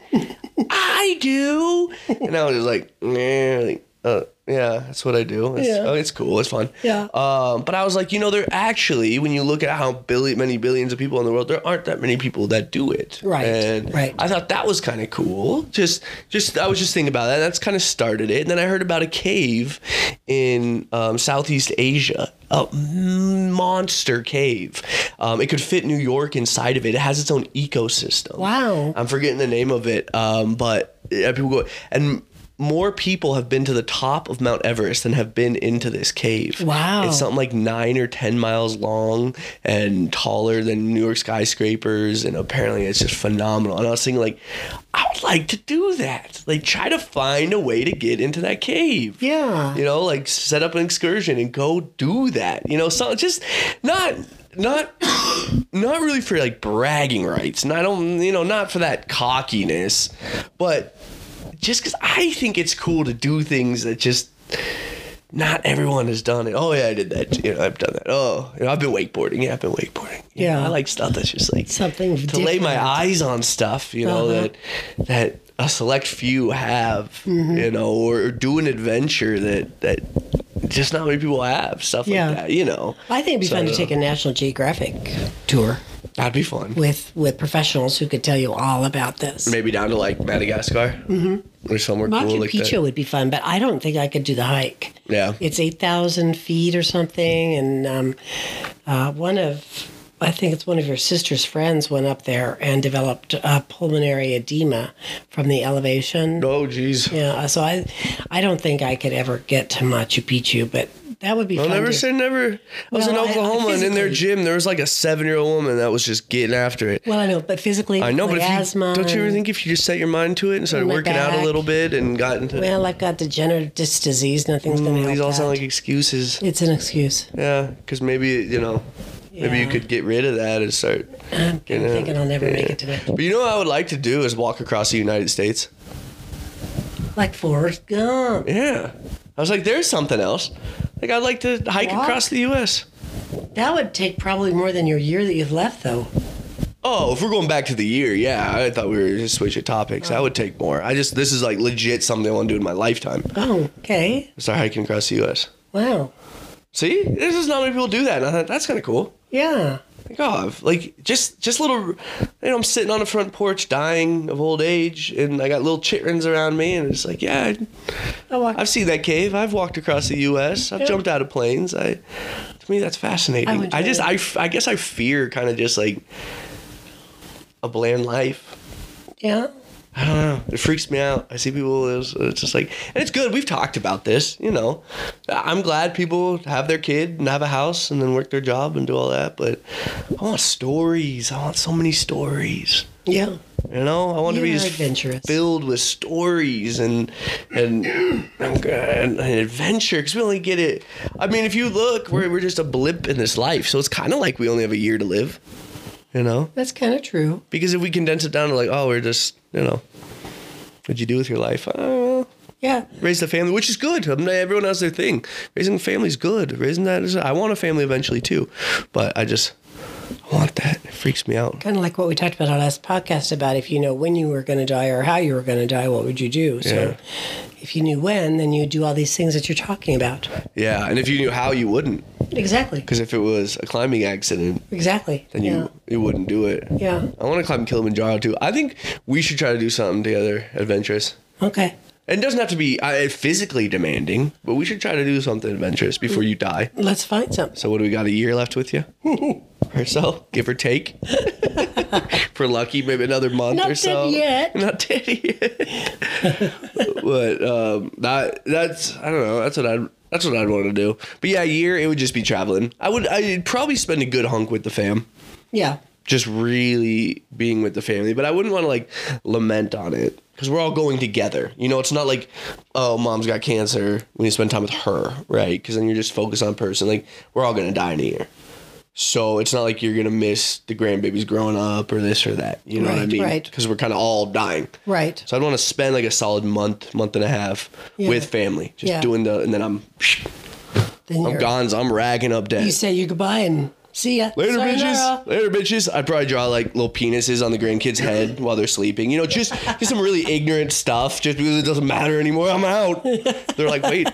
A: I do. And I was just like, nah, like, uh, Yeah, that's what I do. It's,
B: Yeah.
A: oh, it's cool. It's fun.
B: Yeah.
A: Um, but I was like, you know, there actually, when you look at how billion, many billions of people in the world, there aren't that many people that do it.
B: Right,
A: And
B: right.
A: I thought that was kind of cool. Just, just I was just thinking about that. That's kind of started it. And then I heard about a cave in um, Southeast Asia, a monster cave. Um, it could fit New York inside of it. It has its own ecosystem.
B: Wow.
A: I'm forgetting the name of it, um, but uh, people go and more people have been to the top of Mount Everest than have been into this cave.
B: Wow.
A: It's something like nine or ten miles long and taller than New York skyscrapers, and apparently it's just phenomenal. And I was thinking like, I would like to do that. Like try to find a way to get into that cave.
B: Yeah.
A: You know, like set up an excursion and go do that. You know, so just not not not really for like bragging rights, and I don't, you know, not for that cockiness, but just because I think it's cool to do things that just not everyone has done it. Oh yeah, I did that. You know, I've done that. Oh, you know, I've been wakeboarding. Yeah, I've been wakeboarding. You know,
B: Yeah.
A: I like stuff that's just like
B: Something
A: to lay my
B: different.
A: eyes on stuff. You know
B: Uh-huh.
A: that that a select few have.
B: Mm-hmm.
A: You know, or do an adventure that that just not many people have stuff
B: Yeah.
A: like that. You know,
B: I think it'd be
A: So,
B: fun
A: uh,
B: to take a National Geographic tour
A: that'd be fun.
B: with with professionals who could tell you all about this.
A: Maybe down to like Madagascar mm-hmm. or somewhere
B: Machu
A: cool like
B: Picchu
A: that.
B: would be fun, but I don't think I could do the hike.
A: Yeah.
B: It's 8,000 feet or something. And um, uh, one of, I think it's one of your sister's friends went up there and developed uh, pulmonary edema from the elevation.
A: Oh, geez.
B: Yeah, so I, I don't think I could ever get to Machu Picchu, but that would be
A: I'll
B: fun.
A: never
B: to-
A: say never. I was in
B: Well, I- I
A: Oklahoma and in their
B: physically-
A: gym, there was like a seven year old woman that was just getting after it.
B: well, I know, but physically,
A: I know, but if you,
B: asthma.
A: don't you ever
B: and-
A: think if you just set your mind to it and started
B: my
A: working out a
B: back.
A: little bit and got into
B: Well, I've got degenerative disc disease. Nothing's going to help.
A: Mm, these all sound
B: that.
A: like excuses.
B: it's an excuse.
A: Yeah, because maybe you know, maybe you
B: Yeah.
A: could get rid of that and start.
B: I'm kinda
A: Yeah.
B: thinking I'll never make it to that.
A: But you know, what I would like to do is walk across the United States.
B: Like Forrest Gump.
A: Yeah, I was like, there's something else. Like I'd like to hike
B: Walk?
A: across the U.S.
B: That would take probably more than your year that you've left, though.
A: Oh, if we're going back to the year, yeah, I thought we were just switching topics.
B: Oh.
A: That would take more. I just this is like legit something I want to do in my lifetime.
B: Oh, okay.
A: Start hiking across the U.S.
B: Wow.
A: See, there's just not many people do that. And I thought that's kind of cool.
B: Yeah.
A: Like, oh, I've- like just just little, you know, I'm sitting on the front porch, dying of old age, and I got little chitrins around me, and it's like, yeah, I,
B: I walked.
A: I've seen that cave. I've walked across the U.S. I've
B: Yeah.
A: jumped out of planes. I, to me, that's
B: I
A: fascinating.
B: would
A: I, just,
B: too.
A: I, f- I guess I fear kind of just like a bland life.
B: yeah.
A: I don't know. It freaks me out. I see people. It's, it's just like, and it's good. We've talked about this. You know, I'm glad people have their kid and have a house and then work their job and do all that. But I want stories. I want so many stories.
B: Yeah.
A: You know, I want to be
B: You are
A: just
B: adventurous.
A: filled with stories and and and, and adventure because we only get it. I mean, if you look, we're we're just a blip in this life, so it's kind of like we only have a year to live. You know,
B: That's kind of true.
A: because if we condense it down to like, oh, we're just you know, what'd you do with your life? Uh,
B: Yeah.
A: raise the family, which is good. I mean, everyone has their thing. Raising a family is good. Raising that is. I want a family eventually too, but I just I want that. It freaks me out.
B: Kind of like what we talked about our last podcast about if you know when you were going to die or how you were going to die, what would you do? So if you knew when, then you'd do all these things that you're talking about.
A: Yeah, and if you knew how, you wouldn't.
B: Exactly.
A: Because if it was a climbing accident,
B: Exactly.
A: then you you wouldn't do it.
B: Yeah.
A: I want to climb Kilimanjaro too. I think we should try to do something together adventurous.
B: yeah. Okay.
A: And it doesn't have to be uh, physically demanding, but we should try to do something adventurous before you die.
B: Let's find some.
A: So what do we got? A year left with you, or so, give or take. For lucky, maybe another month
B: Not
A: or
B: dead
A: so.
B: yet.
A: Not dead yet. but um, that that's I don't know. That's what I that's what I'd want to do. But yeah, a year it would just be traveling. I would I'd probably spend a good hunk with the fam
B: Yeah.
A: just really being with the family. But I wouldn't want to like lament on it because we're all going together. You know, it's not like, oh, mom's got cancer when you spend time with her, right? Because then you're just focused on person. Like we're all gonna die in a year. So it's not like you're gonna miss the grandbabies growing up or this or that. You know what I
B: Right,
A: mean?
B: right.
A: Because we're kind of all dying.
B: Right.
A: So I'd want to spend like a solid month, month and a half
B: Yeah.
A: with family, just
B: Yeah.
A: doing the, and then I'm,
B: Then
A: I'm
B: you're-
A: gone. I'm ragging up dead.
B: You say your goodbye and See ya.
A: Later,
B: Sayonara.
A: bitches. Later, bitches. I'd probably draw like little penises on the grandkids' head while they're sleeping. You know, just just some really ignorant stuff. Just because it doesn't matter anymore, I'm out. They're like, wait,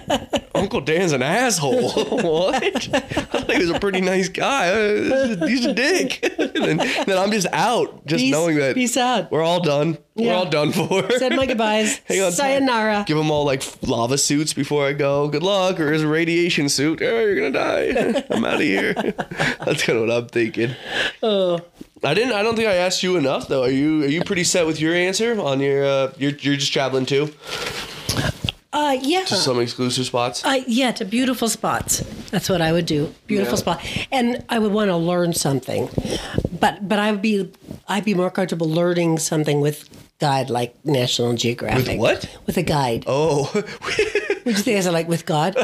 A: Uncle Dan's an asshole. what? I thought he was a pretty nice guy. Uh, He's a dick. and then, then I'm just out, just
B: Peace-
A: knowing that
B: peace out.
A: We're all done. We're
B: Yeah.
A: all done for.
B: Said my goodbyes.
A: Hang on tight.
B: Sayonara.
A: Give them all like lava suits before I go. Good luck, or here's a radiation suit. Oh, you're gonna die. I'm out of here. That's kind of what I'm thinking.
B: Oh.
A: I didn't. I don't think I asked you enough though. Are you Are you pretty set with your answer on your? Uh, you're You're just traveling too.
B: Uh, yeah.
A: Some exclusive spots.
B: Uh, yeah, to beautiful spots. That's what I would do. Beautiful
A: Yeah.
B: spot, and I would want to learn something, but but I would be I'd be more comfortable learning something with guide like National Geographic.
A: With what?
B: With a guide. Oh.
A: Oh,
B: Would you think I said like with God?
A: I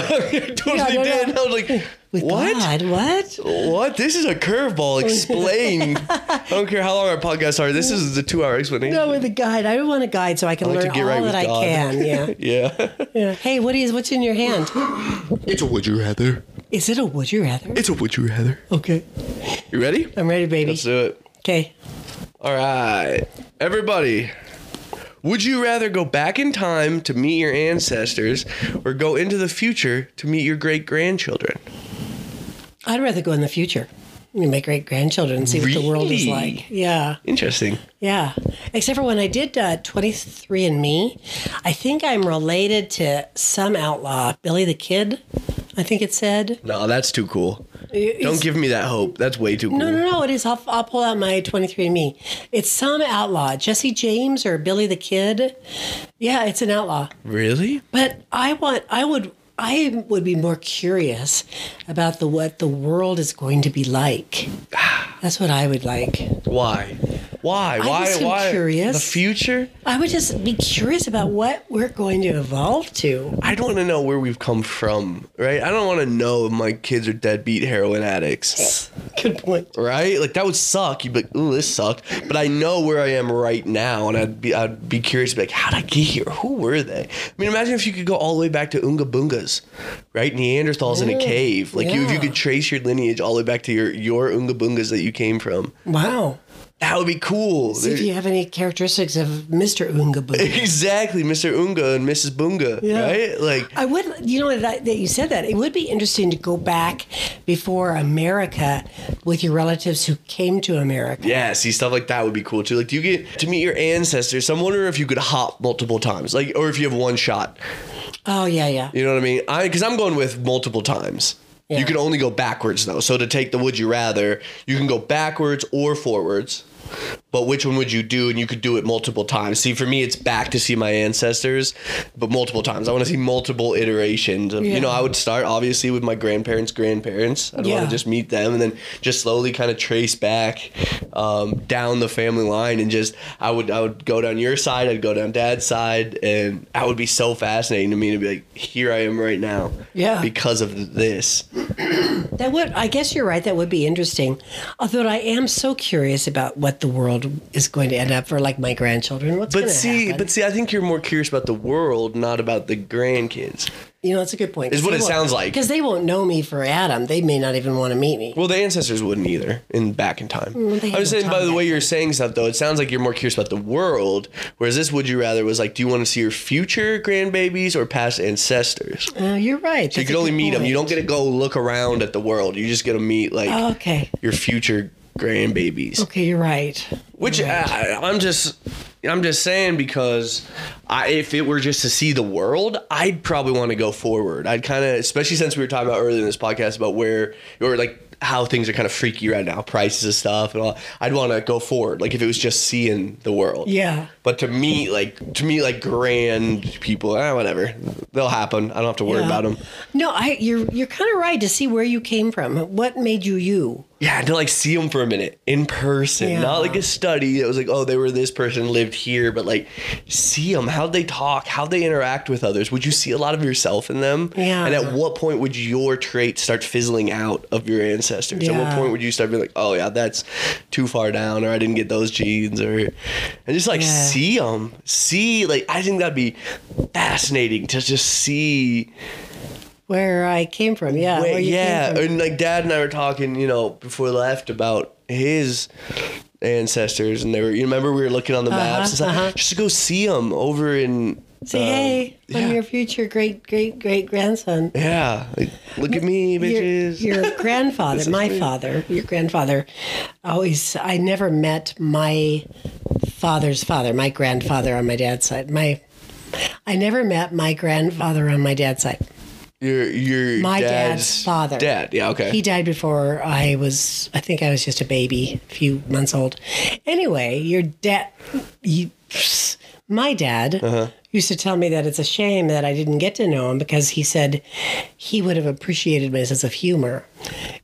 A: totally
B: Yeah, no, no.
A: did. I was like,
B: With
A: what?
B: God? What?
A: What? This is a curveball. Explain. I don't care how long our podcasts are. This is the two-hour explanation.
B: No, with a guide. I would want a guide so I can
A: I like
B: learn
A: to get
B: all
A: right with
B: that I
A: God.
B: can. Yeah.
A: yeah.
B: yeah. Hey, what is what's in your hand?
A: It's a would you rather.
B: Is it a would you rather?
A: It's a would you rather.
B: Okay,
A: You ready?
B: I'm ready, baby.
A: Let's do it.
B: Okay.
A: All right. Everybody, would you rather go back in time to meet your ancestors or go into the future to meet your great grandchildren?
B: I'd rather go in the future. meet My great grandchildren and see what the world is
A: Really?
B: like. Yeah.
A: Interesting.
B: Yeah, except for when I did uh, 23andMe, I think I'm related to some outlaw, Billy the Kid. I think it said.
A: No, that's too cool.
B: It's-
A: Don't give me that hope. That's way too cool.
B: no, no, no. It is. I'll, I'll pull out my 23andMe. It's some outlaw, Jesse James or Billy the Kid. Yeah, it's an outlaw.
A: Really?
B: But I want. I would. I would be more curious about the what the world is going to be like. That's what I would like.
A: Why? Why?
B: I
A: why?
B: just am
A: why?
B: curious.
A: The future?
B: I would just be curious about what we're going to evolve to.
A: I don't want to know where we've come from, right? I don't want to know if my kids are deadbeat heroin addicts.
B: Good point.
A: right? Like that would suck. You'd be like, "Ooh, this sucked," but I know where I am right now, and I'd be I'd be curious, to be like, "How'd I get here? Who were they?" I mean, imagine if you could go all the way back to Unga Bungas, right? Neanderthals in a cave. Like you, if you
B: yeah.
A: could trace your lineage all the way back to your your Unga Bungas that you came from,
B: Wow.
A: that would be cool.
B: See if you have any characteristics of Mr. Oonga Boo.
A: exactly, Mr. Unga and Mrs. Bunga,
B: Yeah.
A: right? Like.
B: I would, you know, that, that you said that. It would be interesting to go back before America with your relatives who came to America.
A: Yeah, see stuff like that would be cool too. Like, do you get to meet your ancestors? So I'm wondering if you could hop multiple times, like, or if you have one shot.
B: Oh, yeah, yeah.
A: You know what I mean? I because I'm going with multiple times.
B: Yeah.
A: You can only go backwards though. So to take the would you rather, you can go backwards or forwards. But which one would you do? And you could do it multiple times. See, for me, it's back to see my ancestors, but multiple times. I want to see multiple iterations. Of, You know,
B: Yeah.
A: I would start obviously with my grandparents' grandparents. I'd want
B: Yeah.
A: to just meet them and then just slowly kind of trace back um, down the family line and just I would I would go down your side, I'd go down dad's side, and that would be so fascinating to me to be like, here I am right now,
B: Yeah.
A: because of this.
B: That would, I guess you're right. That would be interesting. Although I am so curious about what the world is going to end up for, like my grandchildren. What's
A: But
B: gonna
A: see,
B: happen?
A: but see, I think you're more curious about the world, not about the grandkids.
B: you know, that's a good point.
A: Is what it sounds like.
B: Because they won't know me for Adam. They may not even want to meet me.
A: Well, the ancestors wouldn't either in back in time.
B: Mm, they
A: I was saying
B: had no
A: by the
B: time back
A: way you're saying stuff though, it sounds like you're more curious about the world, whereas this would you rather was like, do you want to see your future grandbabies or past ancestors?
B: Oh, you're right.
A: You can only meet them. You don't get to go look around at the world. You just get to meet like
B: okay.
A: your future grandbabies.
B: Okay, you're oh, right.
A: Which I, I'm just, I'm just saying because, I, if it were just to see the world, I'd probably want to go forward. I'd kind of, especially since we were talking about earlier in this podcast about where or like how things are kind of freaky right now, prices of stuff and all. I'd want to go forward, like if it was just seeing the world.
B: Yeah.
A: But to meet like to meet like grand people, eh, whatever, they'll happen. I don't have to worry
B: Yeah.
A: about them.
B: No, I you're you're kind of right to see where you came from. What made you you?
A: Yeah, to like see them for a minute in person,
B: Yeah.
A: not like a study that was like, oh, they were this person lived here, but like see them, how they talk, how they interact with others. Would you see a lot of yourself in them?
B: Yeah.
A: And at what point would your traits start fizzling out of your ancestors? At what
B: Yeah.
A: point would you start being like, oh yeah, that's too far down, or I didn't get those genes, or and just like
B: Yeah.
A: see them, see like I think that'd be fascinating to just see
B: where I came from. Yeah,
A: Wait,
B: where you came
A: yeah,
B: from.
A: and like Dad and I were talking, you know, before we left about his ancestors, and they were. You remember we were looking
B: Uh-huh,
A: on the maps and stuff, just to go see them over in.
B: Say
A: um,
B: hey,
A: yeah.
B: I'm your future great great great grandson.
A: Yeah, like, look at me, bitches.
B: Your, your grandfather, my father, your grandfather, always. I never met my father's father, my grandfather on my dad's side. My, I never met my grandfather on my dad's side.
A: Your your
B: My dad's, father.
A: Dad, yeah, okay.
B: He died before I was. I think I was just a baby, a few months old. Anyway, your dad, you, my dad.
A: Uh-huh.
B: Used to tell me that it's a shame that I didn't get to know him because he said he would have appreciated my sense of humor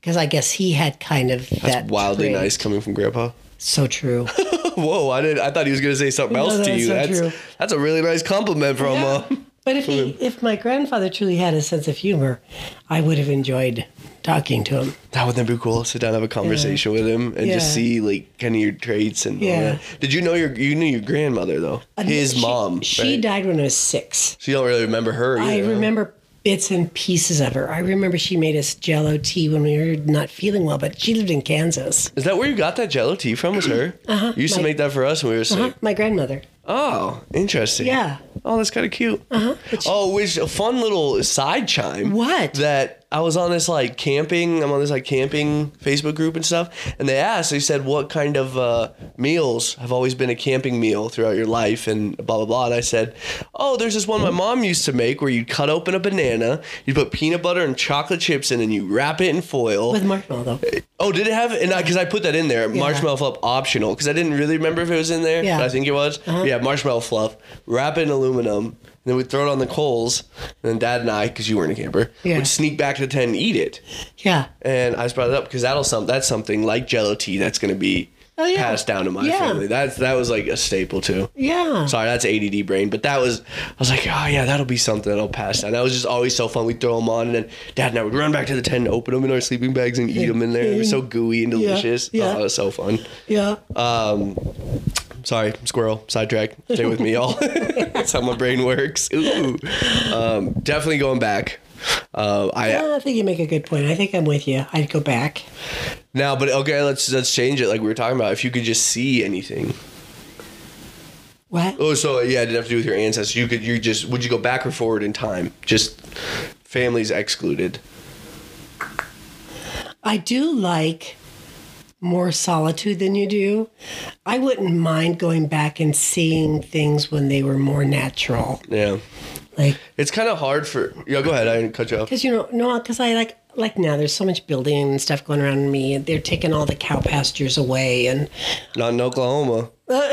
B: because I guess he had kind of that
A: Wildly
B: trait.
A: nice coming from Grandpa.
B: So true.
A: Whoa, I did. I thought he was gonna say something else to
B: that's
A: you.
B: so
A: that's
B: true.
A: that's a really nice compliment from. Uh,
B: But if he, if my grandfather truly had a sense of humor, I would have enjoyed talking to him.
A: that would not be cool? Sit down, have a conversation with him, and just
B: Yeah.
A: see like kind of your traits and. all
B: Yeah.
A: that. Did you know your you knew your grandmother though?
B: And
A: His
B: she-
A: mom.
B: She
A: right?
B: died when I was six.
A: So you don't really remember her.
B: I
A: either, huh?
B: remember bits and pieces of her. I remember she made us Jello tea when we were not feeling well, but she lived in Kansas.
A: Is that where you got that Jello tea from? Was her? uh-huh, you used to
B: my- Uh-huh.
A: make that for us when we were sick.
B: Huh? My grandmother.
A: Oh, interesting.
B: Yeah.
A: Oh, that's kind of cute. Uh-huh. Oh, which a fun little side chime.
B: What?
A: That I was on this like camping. I'm on this like camping Facebook group and stuff, and they asked. They said, "What kind of uh, meals have always been a camping meal throughout your life?" And blah blah blah. And I said, "Oh, there's this one my mom used to make where you'd cut open a banana, you put peanut butter and chocolate chips in, and you wrap it in foil."
B: With marshmallow. though.
A: Oh, did it have? And because I put that in there, marshmallow fluff optional, because I didn't really remember if it was in there.
B: Yeah. Uh-huh.
A: but I think it was. Yeah, marshmallow fluff, wrap it in aluminum, and then we'd throw it on the coals. And then Dad and I, because you weren't a camper,
B: Yeah.
A: would sneak back to the tent and eat it.
B: Yeah.
A: And I just brought it up because that'll some that's something like Jello tea that's gonna be
B: Oh, yeah.
A: passed down to my
B: Yeah.
A: family. That's that was like a staple too.
B: Yeah.
A: Sorry, that's ADD brain, but that was I was like, oh yeah, that'll be something that'll pass down. That was just always so fun. We'd throw them on, and then Dad and I would run back to the tent, open them in our sleeping bags, and eat them in there. They were so gooey and delicious.
B: yeah.
A: Oh, that was so fun.
B: Yeah.
A: Sorry, squirrel sidetrack. Stay with me, y'all. that's how my brain works. Ooh, um, definitely going back. Uh, I
B: Well, Ah, I think you make a good point. I think I'm with you. I'd go back.
A: now, but okay, let's let's change it. Like we were talking about, if you could just see anything.
B: What?
A: Oh, so yeah, it didn't have to do with your ancestors. You could, you just would you go back or forward in time? Just families excluded.
B: I do like more solitude than you do. I wouldn't mind going back and seeing things when they were more natural.
A: Yeah.
B: Like,
A: It's kind of hard for. Yeah, go ahead. I didn't cut you off.
B: because, you know, no, because I like, like now there's so much building and stuff going around me. and They're taking all the cow pastures away. And
A: Not in Oklahoma.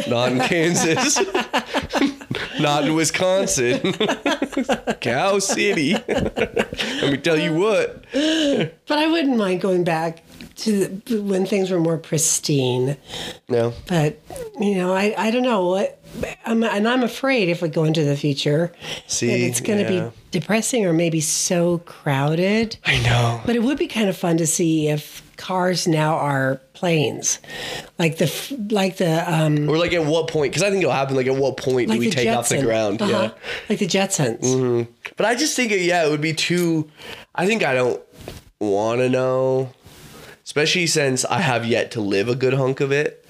A: Not in Kansas. Not in Wisconsin. Cow City. Let me tell you what.
B: But I wouldn't mind going back to the, when things were more pristine.
A: No.
B: But you know, I, I don't know what, I'm, and I'm afraid if we go into the future,
A: See,
B: that it's going to
A: yeah.
B: be depressing or maybe so crowded.
A: I know.
B: But it would be kind of fun to see if cars now are planes, like the f- like the um,
A: Or like at what point? Because I think it'll happen. Like at what point
B: like
A: do we
B: the
A: take off the
B: Jetson.
A: ground?
B: Uh-huh.
A: Yeah. Mm-hmm.
B: like the Jetsons.
A: But I just think, uh, yeah, it would be too. I think I don't want to know, especially since I have yet to live a good hunk of it.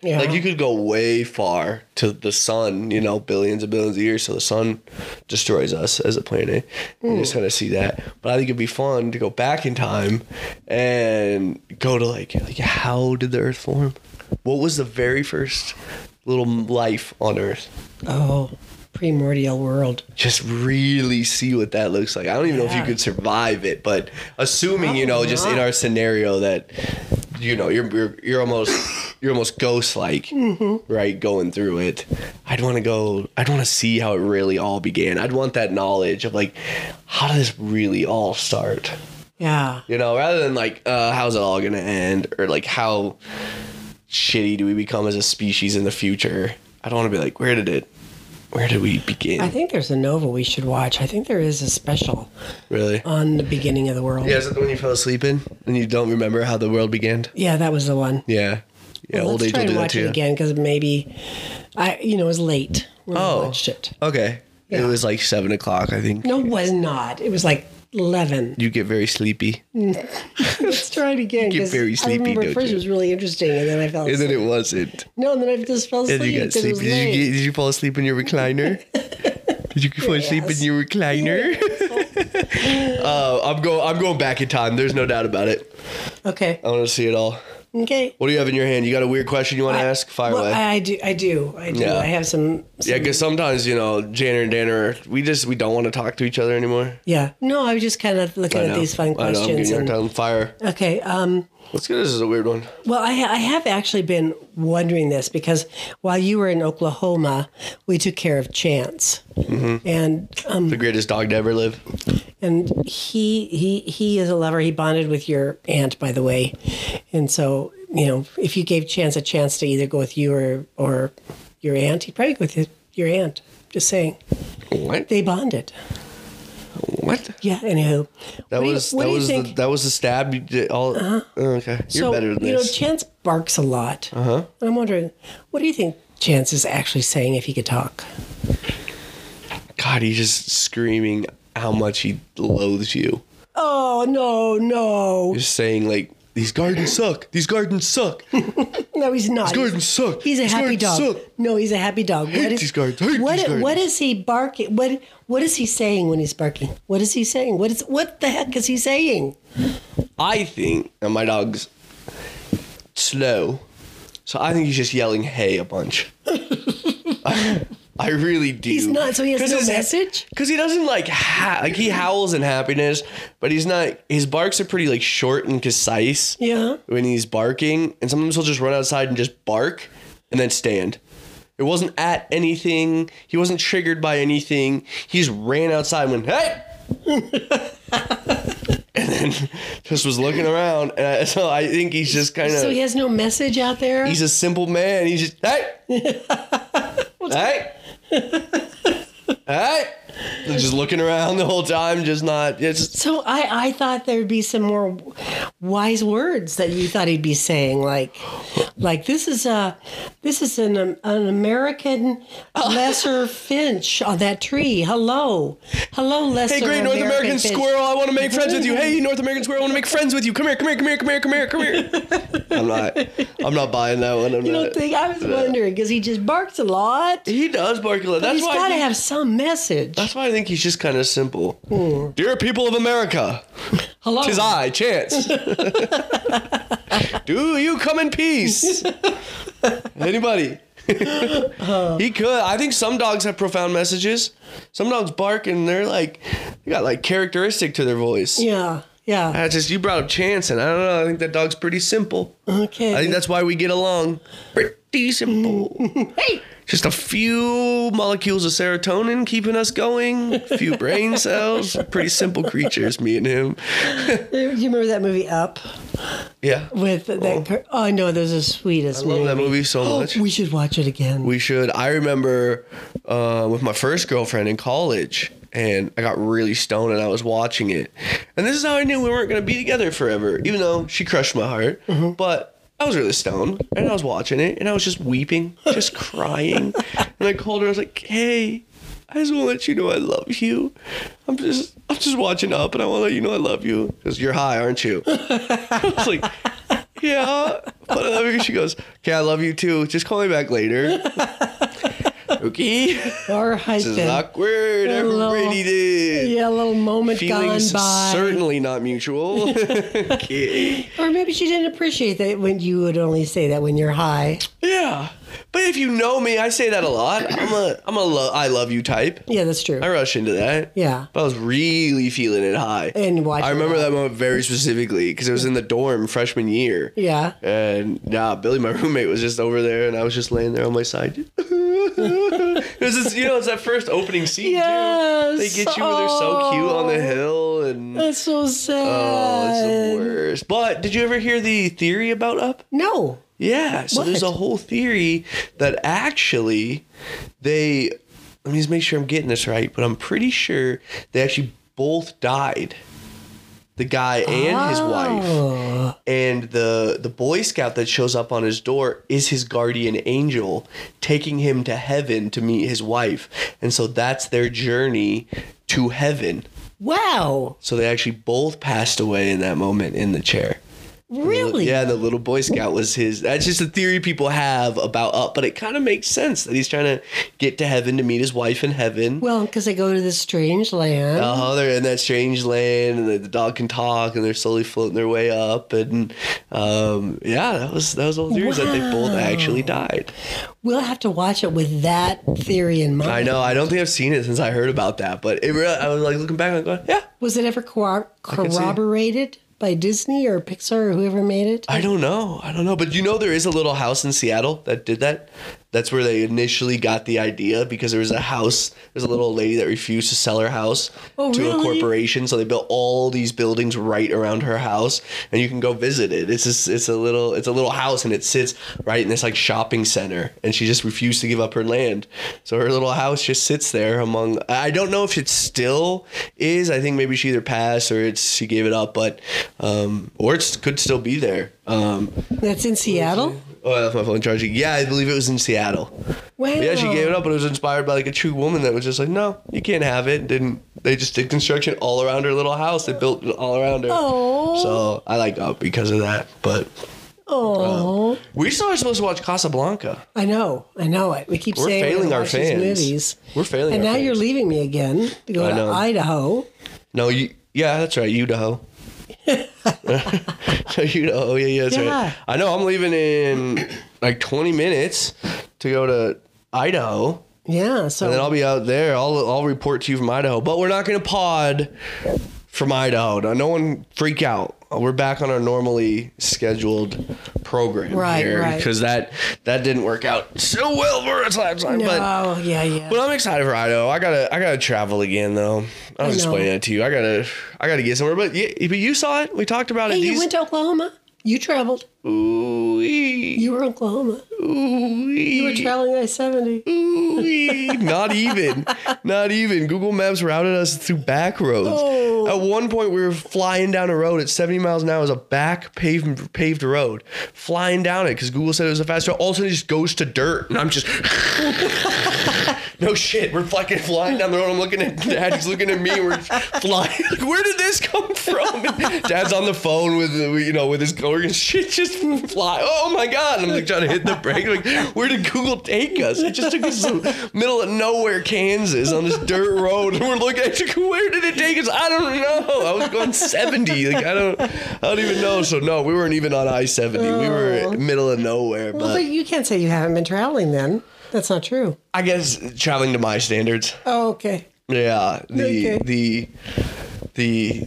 B: Yeah.
A: Like you could go way far to the sun, you know, billions and billions of years till the sun destroys us as a planet. You just kind of see that. But I think it'd be fun to go back in time and go to like, like how did the Earth form? What was the very first little life on Earth?
B: oh, primordial world.
A: just really see what that looks like. I don't even know if you
B: Yeah.
A: could survive it, but assuming you know,
B: Probably
A: just in
B: not.
A: our scenario that you know you're you're, you're almost you're almost ghost like,
B: Mm-hmm.
A: right? Going through it, I'd want to go. I'd want to see how it really all began. I'd want that knowledge of like, how did this really all start?
B: Yeah.
A: You know, rather than like, uh, how's it all gonna end, or like how shitty do we become as a species in the future? I don't want to be like, where did it? Where did we begin?
B: I think there's a Nova we should watch. I think there is a special
A: really?
B: on the beginning of the world.
A: Yeah, is that the one you fell asleep in and you don't remember how the world began?
B: Yeah, that was the one.
A: Yeah. Yeah,
B: Well,
A: old
B: let's
A: age will
B: try and
A: do that
B: watch
A: to
B: it
A: you.
B: again because maybe I, you know, it was late when
A: Oh.
B: I watched it.
A: Okay. It was like seven o'clock, I think.
B: No, it was not. It was like 11.
A: You get very sleepy.
B: Let's try it again.
A: get
B: 'cause
A: very
B: I
A: sleepy,
B: remember
A: don't
B: at first
A: you?
B: it was really interesting, and then I fell
A: And
B: asleep.
A: then it wasn't.
B: no, and then I just fell asleep
A: And you got
B: 'cause it was
A: sleepy. Did you,
B: late.
A: get, did you fall asleep in your recliner? did you fall asleep
B: ass.
A: in your recliner? uh, I'm going. I'm going back in time. There's no doubt about it.
B: okay.
A: I want to see it all.
B: Okay.
A: What do you have in your hand? You got a weird question you want to Uh, ask? Fire
B: Well,
A: away.
B: I, I do. I do. I do.
A: Yeah.
B: I have some. some
A: yeah,
B: yeah.
A: because sometimes you know, Janner and Danner, we just we don't want to talk to each other anymore.
B: No, I was just kind of looking
A: I
B: at
A: know.
B: these fun
A: I know, I'm
B: questions.
A: getting
B: and-
A: your time. Fire.
B: okay. Um.
A: Let's get this is a weird one.
B: Well, I, I have actually been wondering this because while you were in Oklahoma, we took care of Chance,
A: Mm-hmm.
B: and um,
A: The greatest dog to ever live.
B: and he he he is a lover. He bonded with your aunt, by the way, and so you know if you gave Chance a chance to either go with you or or your aunt, he'd probably go with his, your aunt. Just saying,
A: What?
B: they bonded.
A: What?
B: Yeah. Anywho,
A: That
B: What do you-
A: was
B: what
A: that
B: do you
A: was the,
B: think? Uh-huh.
A: that was the stab you did all. Oh, okay, you're
B: so
A: better than
B: you know
A: this.
B: Chance barks a lot, uh-huh. and I'm wondering, what do you think Chance is actually saying if he could talk?
A: God, he's just screaming how much he loathes you.
B: Oh no, no.
A: Just saying like these gardens suck. These gardens suck.
B: No, he's not.
A: These gardens suck.
B: He's a
A: These
B: happy dog.
A: gardens
B: No, he's a happy dog. What
A: these gardens. Hate
B: what,
A: these gardens.
B: what is he barking? What what is he saying when he's barking? What is he saying? What is what the heck is he saying?
A: I think and my dog's slow, so I think he's just yelling "Hey" a bunch. I, I really do.
B: He's not. So he has no message.
A: Because he doesn't like ha- like he howls in happiness, but he's not. His barks are pretty like short and concise.
B: Yeah.
A: When he's barking, and sometimes he'll just run outside and just bark, and then stand. It wasn't at anything. He wasn't triggered by anything. He just ran outside and went hey. and then just was looking around, and I, so I think he's just kind of
B: So he has no message out there.
A: he's a simple man. He's just hey, hey, hey, And just looking around the whole time, just not. It's just,
B: so I, I thought there'd be some more wise words that you thought he'd be saying, like, like this is a, this is an um, an American
A: Oh.
B: lesser finch on that tree. Hello, hello, lesser.
A: hey, great North American,
B: finch.
A: squirrel, I want to make friends with you. Hey, North American squirrel, I want to make friends with you. Come here, come here, come here, come here, come here, come here. I'm not. I'm not buying that one. I'm
B: You
A: not.
B: don't think I was wondering because he just barks a lot.
A: he does bark a lot. That's
B: He's
A: why. I
B: got to
A: think-
B: have some message.
A: that's why I think he's just kind of simple.
B: Hmm.
A: Dear people of America,
B: Hello.
A: tis I, Chance. Do you come in peace? Anybody?
B: Uh.
A: he could. I think some dogs have profound messages. Some dogs bark and they're like, they got like characteristic to their voice.
B: Yeah. Yeah.
A: I just you brought up Chance, and I don't know. I think that dog's pretty simple.
B: Okay.
A: I think that's why we get along. Pretty
B: Mm-hmm.
A: simple.
B: hey.
A: Just a few molecules of serotonin keeping us going. A few brain cells. Pretty simple creatures, me and him.
B: You remember that movie Up
A: Yeah.
B: with that? cur- Oh no, those are sweetest.
A: Love that movie so
B: Oh,
A: much.
B: we should watch it again.
A: We should. I remember uh, with my first girlfriend in college, and I got really stoned, and I was watching it, and this is how I knew we weren't going to be together forever, even though she crushed my heart. But I was really stoned, and I was watching it, and I was just weeping, just crying, and I called her. I was like, "Hey." I just want to let you know I love you. I'm just, I'm just watching up, and I want to let you know I love you because you're high, aren't you? I was like, yeah, but I love you. She goes, okay, I love you too. Just call me back later. okay. This
B: All right
A: is
B: then.
A: awkward. I
B: Hello.
A: already did.
B: Yeah, a little moment
A: Feelings
B: gone by.
A: certainly not mutual. okay.
B: Or maybe she didn't appreciate that when you would only say that when you're high.
A: Yeah. But if you know me, I say that a lot. I'm a, I'm a lo- I love you type.
B: Yeah, that's true.
A: I rush into that.
B: Yeah.
A: But I was really feeling it high.
B: And watch
A: I
B: it
A: remember
B: up.
A: that moment very specifically because it was in the dorm freshman year.
B: Yeah.
A: And nah, Billy, my roommate, was just over there, and I was just laying there on my side. it was just, you know, it's that first opening scene.
B: Yes. Oh.
A: Too. They get you where they're so cute on the hill, and
B: That's so
A: oh, it's the
B: sad.
A: worst. But did you ever hear the theory about Up?
B: no.
A: Yeah. So there's a
B: What?
A: whole theory that actually they. Let me just make sure I'm getting this right, but I'm pretty sure they actually both died the guy and his wife. And the the Boy Scout that shows up on his door is his guardian angel, taking him to heaven to meet his wife. And so that's their journey to heaven.
B: Wow.
A: So they actually both passed away in that moment in the chair.
B: Really?
A: Yeah, the little Boy Scout was his. That's just a theory people have about Up, but it kind of makes sense that he's trying to get to heaven to meet his wife in heaven.
B: Well, because they go to this strange land.
A: Uh-huh, they're in that strange land, and the, the dog can talk, and they're slowly floating their way up, and um, yeah, that was that was all theories that they both actually died.
B: We'll have to watch it with that theory in mind.
A: I know. I don't think I've seen it since I heard about that, but it. Really, I was like looking back, I'm like, yeah,
B: Was it ever corro-
A: can see.
B: corroborated by Disney or Pixar or whoever made it?
A: I don't know. I don't know. But you know, there is a little house in Seattle that did that. That's where they initially got the idea because there was a house. There's a little old lady that refused to sell her house
B: Oh,
A: to a
B: really?
A: corporation, so they built all these buildings right around her house, and you can go visit it. It's just, it's a little it's a little house, and it sits right in this like shopping center, and she just refused to give up her land, so her little house just sits there among. I don't know if it still is. I think maybe she either passed or it's she gave it up, but um, or it could still be there. Um,
B: That's in Seattle?
A: Oh, I left my phone charging. Yeah, I believe it was in Seattle.
B: Wow.
A: Yeah, she gave it up, but it was inspired by like a true woman that was just like, no, you can't have it. Didn't they just did construction all around her little house? They built it all around her.
B: Oh.
A: So I like up because of that. But
B: Oh,
A: we still are supposed to watch Casablanca.
B: I know, I know it. We keep
A: We're
B: saying
A: failing
B: we
A: our
B: watch these
A: fans.
B: movies.
A: We're failing.
B: and
A: our
B: now you're
A: fans.
B: leaving me again to go
A: I
B: to
A: know.
B: Idaho.
A: No, you. Yeah, that's right. Idaho. so you oh yeah, yeah, that's
B: Yeah.
A: right. I know. I'm leaving in like 20 minutes to go to Idaho.
B: Yeah, so
A: And then I'll be out there. I'll I'll report to you from Idaho. But we're not going to pod from Idaho. Now, no one freak out. We're back on our normally scheduled program
B: Right,
A: here
B: right.
A: because that that didn't work out so well for us last time.
B: no,
A: But
B: yeah, yeah.
A: but I'm excited for Idaho. I gotta I gotta travel again though. I was
B: I know.
A: explaining it to you. I gotta I gotta get somewhere. But yeah, but you saw it. We talked about
B: hey,
A: it.
B: you went to Oklahoma. You traveled.
A: Ooh-wee,
B: You were in Oklahoma.
A: ooh-wee.
B: You were traveling I seventy.
A: Ooh-wee. not even, not even. Google Maps routed us through back roads.
B: Oh.
A: At one point, we were flying down a road at 70 miles an hour. It was a back paved paved road, flying down it because Google said it was a fast road. All of a sudden, it just goes to dirt, and I'm just. No shit, we're fucking flying down the road. I'm looking at dad. He's looking at me. and We're flying. Like, Where did this come from? And Dad's on the phone with uh, you know with his coworkers. Shit just fly. Oh my god! I'm like trying to hit the brake. Like where did Google take us? It just took us to middle of nowhere, Kansas, on this dirt road, and we're looking at it, where did it take us? I don't know. I was going 70. Like I don't, I don't even know. So no, we weren't even on I-70. We were middle of nowhere.
B: Well,
A: But
B: but you can't say you haven't been traveling then. That's not true.
A: I guess traveling to my standards.
B: Oh, okay.
A: Yeah, the
B: Okay.
A: the the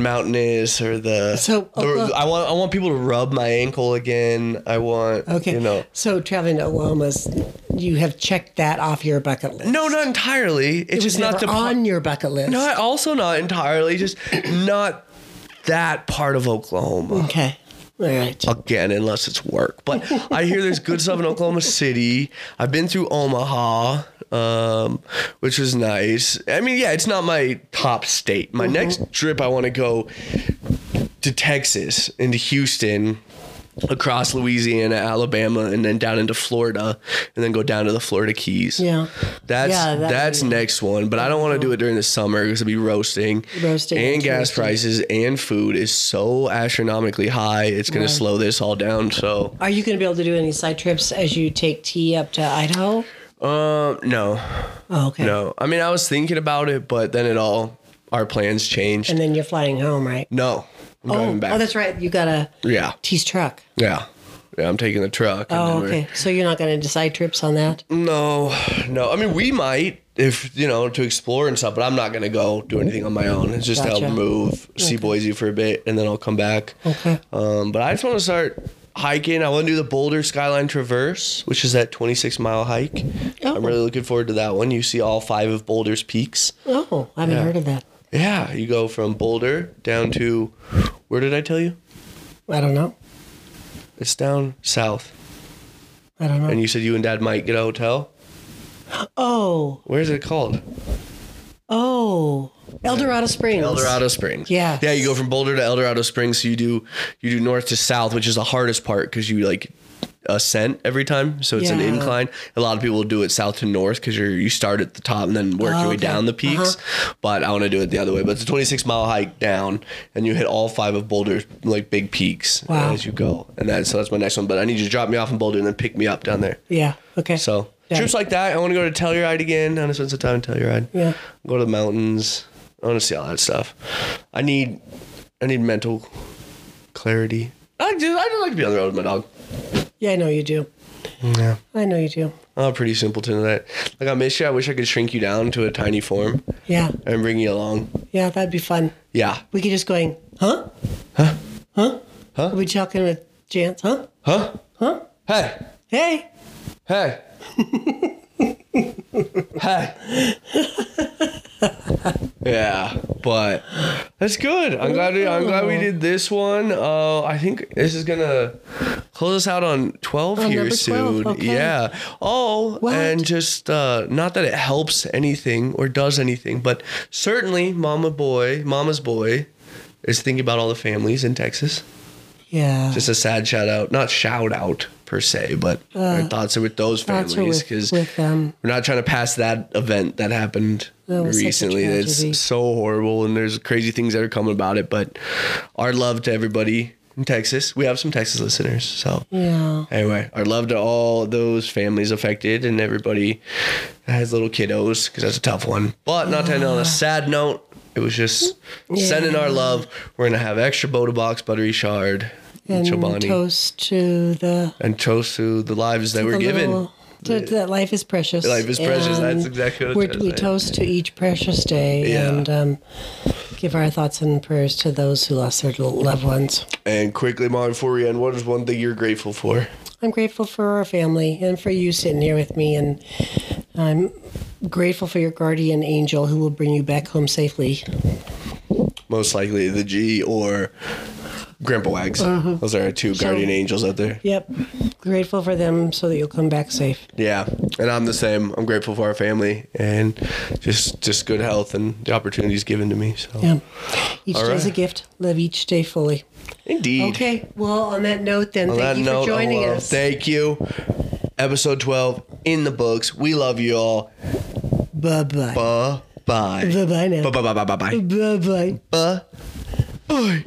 A: mountainous or the
B: So, uh,
A: the-
B: Oklahoma-
A: I want I want people to rub my ankle again. I want
B: Okay.
A: you know.
B: So traveling to Oklahoma's you have checked that off your bucket list.
A: No, not entirely. It's
B: it was
A: just not
B: never
A: the part-
B: on your bucket list.
A: not also not entirely just not that part of Oklahoma.
B: okay. All right.
A: Again, unless it's work. But I hear there's good stuff in Oklahoma City. I've been through Omaha, um, which was nice. I mean, yeah, it's not my top state.
B: Mm-hmm.
A: My next trip, I want to go to Texas, into Houston, across Louisiana, Alabama, and then down into Florida, and then go down to the Florida Keys.
B: Yeah.
A: That's
B: Yeah, that'd
A: that's
B: be-
A: next one, but I don't want to do it during the summer because it'd be roasting,
B: Roasting
A: and
B: and
A: gas
B: toasting.
A: prices and food is so astronomically high. It's gonna
B: Right.
A: slow this all down. So,
B: Are you going to be able to do any side trips as you take tea up to Idaho?
A: um, no,
B: Oh, okay.
A: no. I mean, I was thinking about it, but then it all our plans changed.
B: And then you're flying home, right?
A: no, I'm
B: Oh,
A: driving back.
B: oh, that's right. You got a
A: yeah,
B: tease truck.
A: yeah, yeah. I'm taking the truck. and then
B: Oh,
A: we're-
B: okay. So you're not going to decide trips on that?
A: Mm. No, no. I mean, we might if you know to explore and stuff, but I'm not gonna go do anything on my own. It's just
B: Gotcha. Oh.
A: I'll move, see Boise for a bit, and then I'll come back.
B: Okay.
A: Um, but I just want to start hiking. I want to do the Boulder Skyline Traverse, which is that 26 mile hike.
B: Oh.
A: I'm really looking forward to that one. You see all five of Boulder's peaks.
B: Oh, I haven't heard of that.
A: Yeah, you go from Boulder down to where did I tell you?
B: I don't know.
A: It's down south.
B: I don't know.
A: And you said you and Dad might get a hotel.
B: oh,
A: Where is it called?
B: oh, El Dorado Springs.
A: El Dorado Springs.
B: Yeah.
A: Yeah, you go from Boulder to El Dorado Springs. So you do you do north to south, which is the hardest part because you like ascent every time. So it's an
B: Yeah.
A: incline. A lot of people do it south to north because you're you start at the top and then work your way
B: okay. Uh-huh.
A: down the peaks. But I want to do it the other way. But it's a 26 mile hike down, and you hit all five of Boulder's like big peaks
B: Wow.
A: as you go. And that's so that's my next one. But I need you to drop me off in Boulder and then pick me up down there.
B: Yeah. Okay.
A: So
B: Yeah.
A: trips like that. I want to go to Telluride again. I want to spend some time in Telluride.
B: Yeah.
A: Go to the mountains. I want to see all that stuff. I need, I need mental clarity. I do. I do like to be on the road with my dog.
B: Yeah, I know you do.
A: Yeah.
B: I know you do.
A: I'm a pretty simpleton at that. Like I miss you. I wish I could shrink you down to a tiny form
B: Yeah.
A: and bring you along.
B: Yeah, that'd be fun.
A: Yeah.
B: We could just going, huh? Huh? Huh? We'll be talking with Jance, huh?
A: Huh?
B: Huh?
A: Hey.
B: Hey.
A: Hey. hey. yeah, but that's good. I'm glad we, I'm glad we did this one. Uh, I think this is gonna close us out on 12
B: On
A: here
B: number 12,
A: soon.
B: okay.
A: Yeah. Oh,
B: What?
A: and just uh, not that it helps anything or does anything, but certainly Mama Boy, Mama's Boy is thinking about all the families in Texas
B: Yeah.
A: just a sad shout out, not shout out per se, but our thoughts are with those
B: Uh, thoughts are
A: families
B: with-
A: because
B: with um, them.
A: we're not trying to pass that event that happened
B: That was such a
A: recently.
B: tragedy.
A: It's so horrible, and there's crazy things that are coming about it. But our love to everybody in Texas. We have some Texas listeners, so
B: yeah.
A: anyway, our love to all those families affected and everybody that has little kiddos because that's a tough one. But not to end
B: Ah.
A: on a sad note, it was just sending our love. We're gonna have extra Boda box, buttery shard, and
B: And
A: Chobani,
B: toast to the,
A: and toast to the lives that
B: the
A: were given.
B: little- to- to that life is precious.
A: Life is precious.
B: And
A: That's exactly what I was
B: we're-
A: trying to
B: we
A: say.
B: toast to each precious day
A: Yeah.
B: and um, give our thoughts and prayers to those who lost their loved ones.
A: And quickly, Mom, before we end, what is one thing you're grateful for?
B: I'm grateful for our family and for you sitting here with me. And I'm grateful for your guardian angel who will bring you back home safely.
A: Most likely the G or Grandpa Wags.
B: Uh-huh.
A: Those are our two guardian angels out there.
B: Yep. Grateful for them so that you'll come back safe.
A: Yeah, and I'm the same. I'm grateful for our family and just just good health and the opportunities given to me. So
B: Yeah. Each
A: All
B: day is a
A: right.
B: gift. Live each day fully.
A: indeed.
B: Okay. Well, on that note, then,
A: On
B: thank
A: that
B: you
A: note,
B: for joining
A: hello.
B: us.
A: Thank you. Episode 12 in the books. We love you all.
B: bye bye.
A: Bye bye.
B: Bye bye
A: Bye
B: now.
A: bye bye bye bye.
B: Bye bye.
A: Bye. Bye.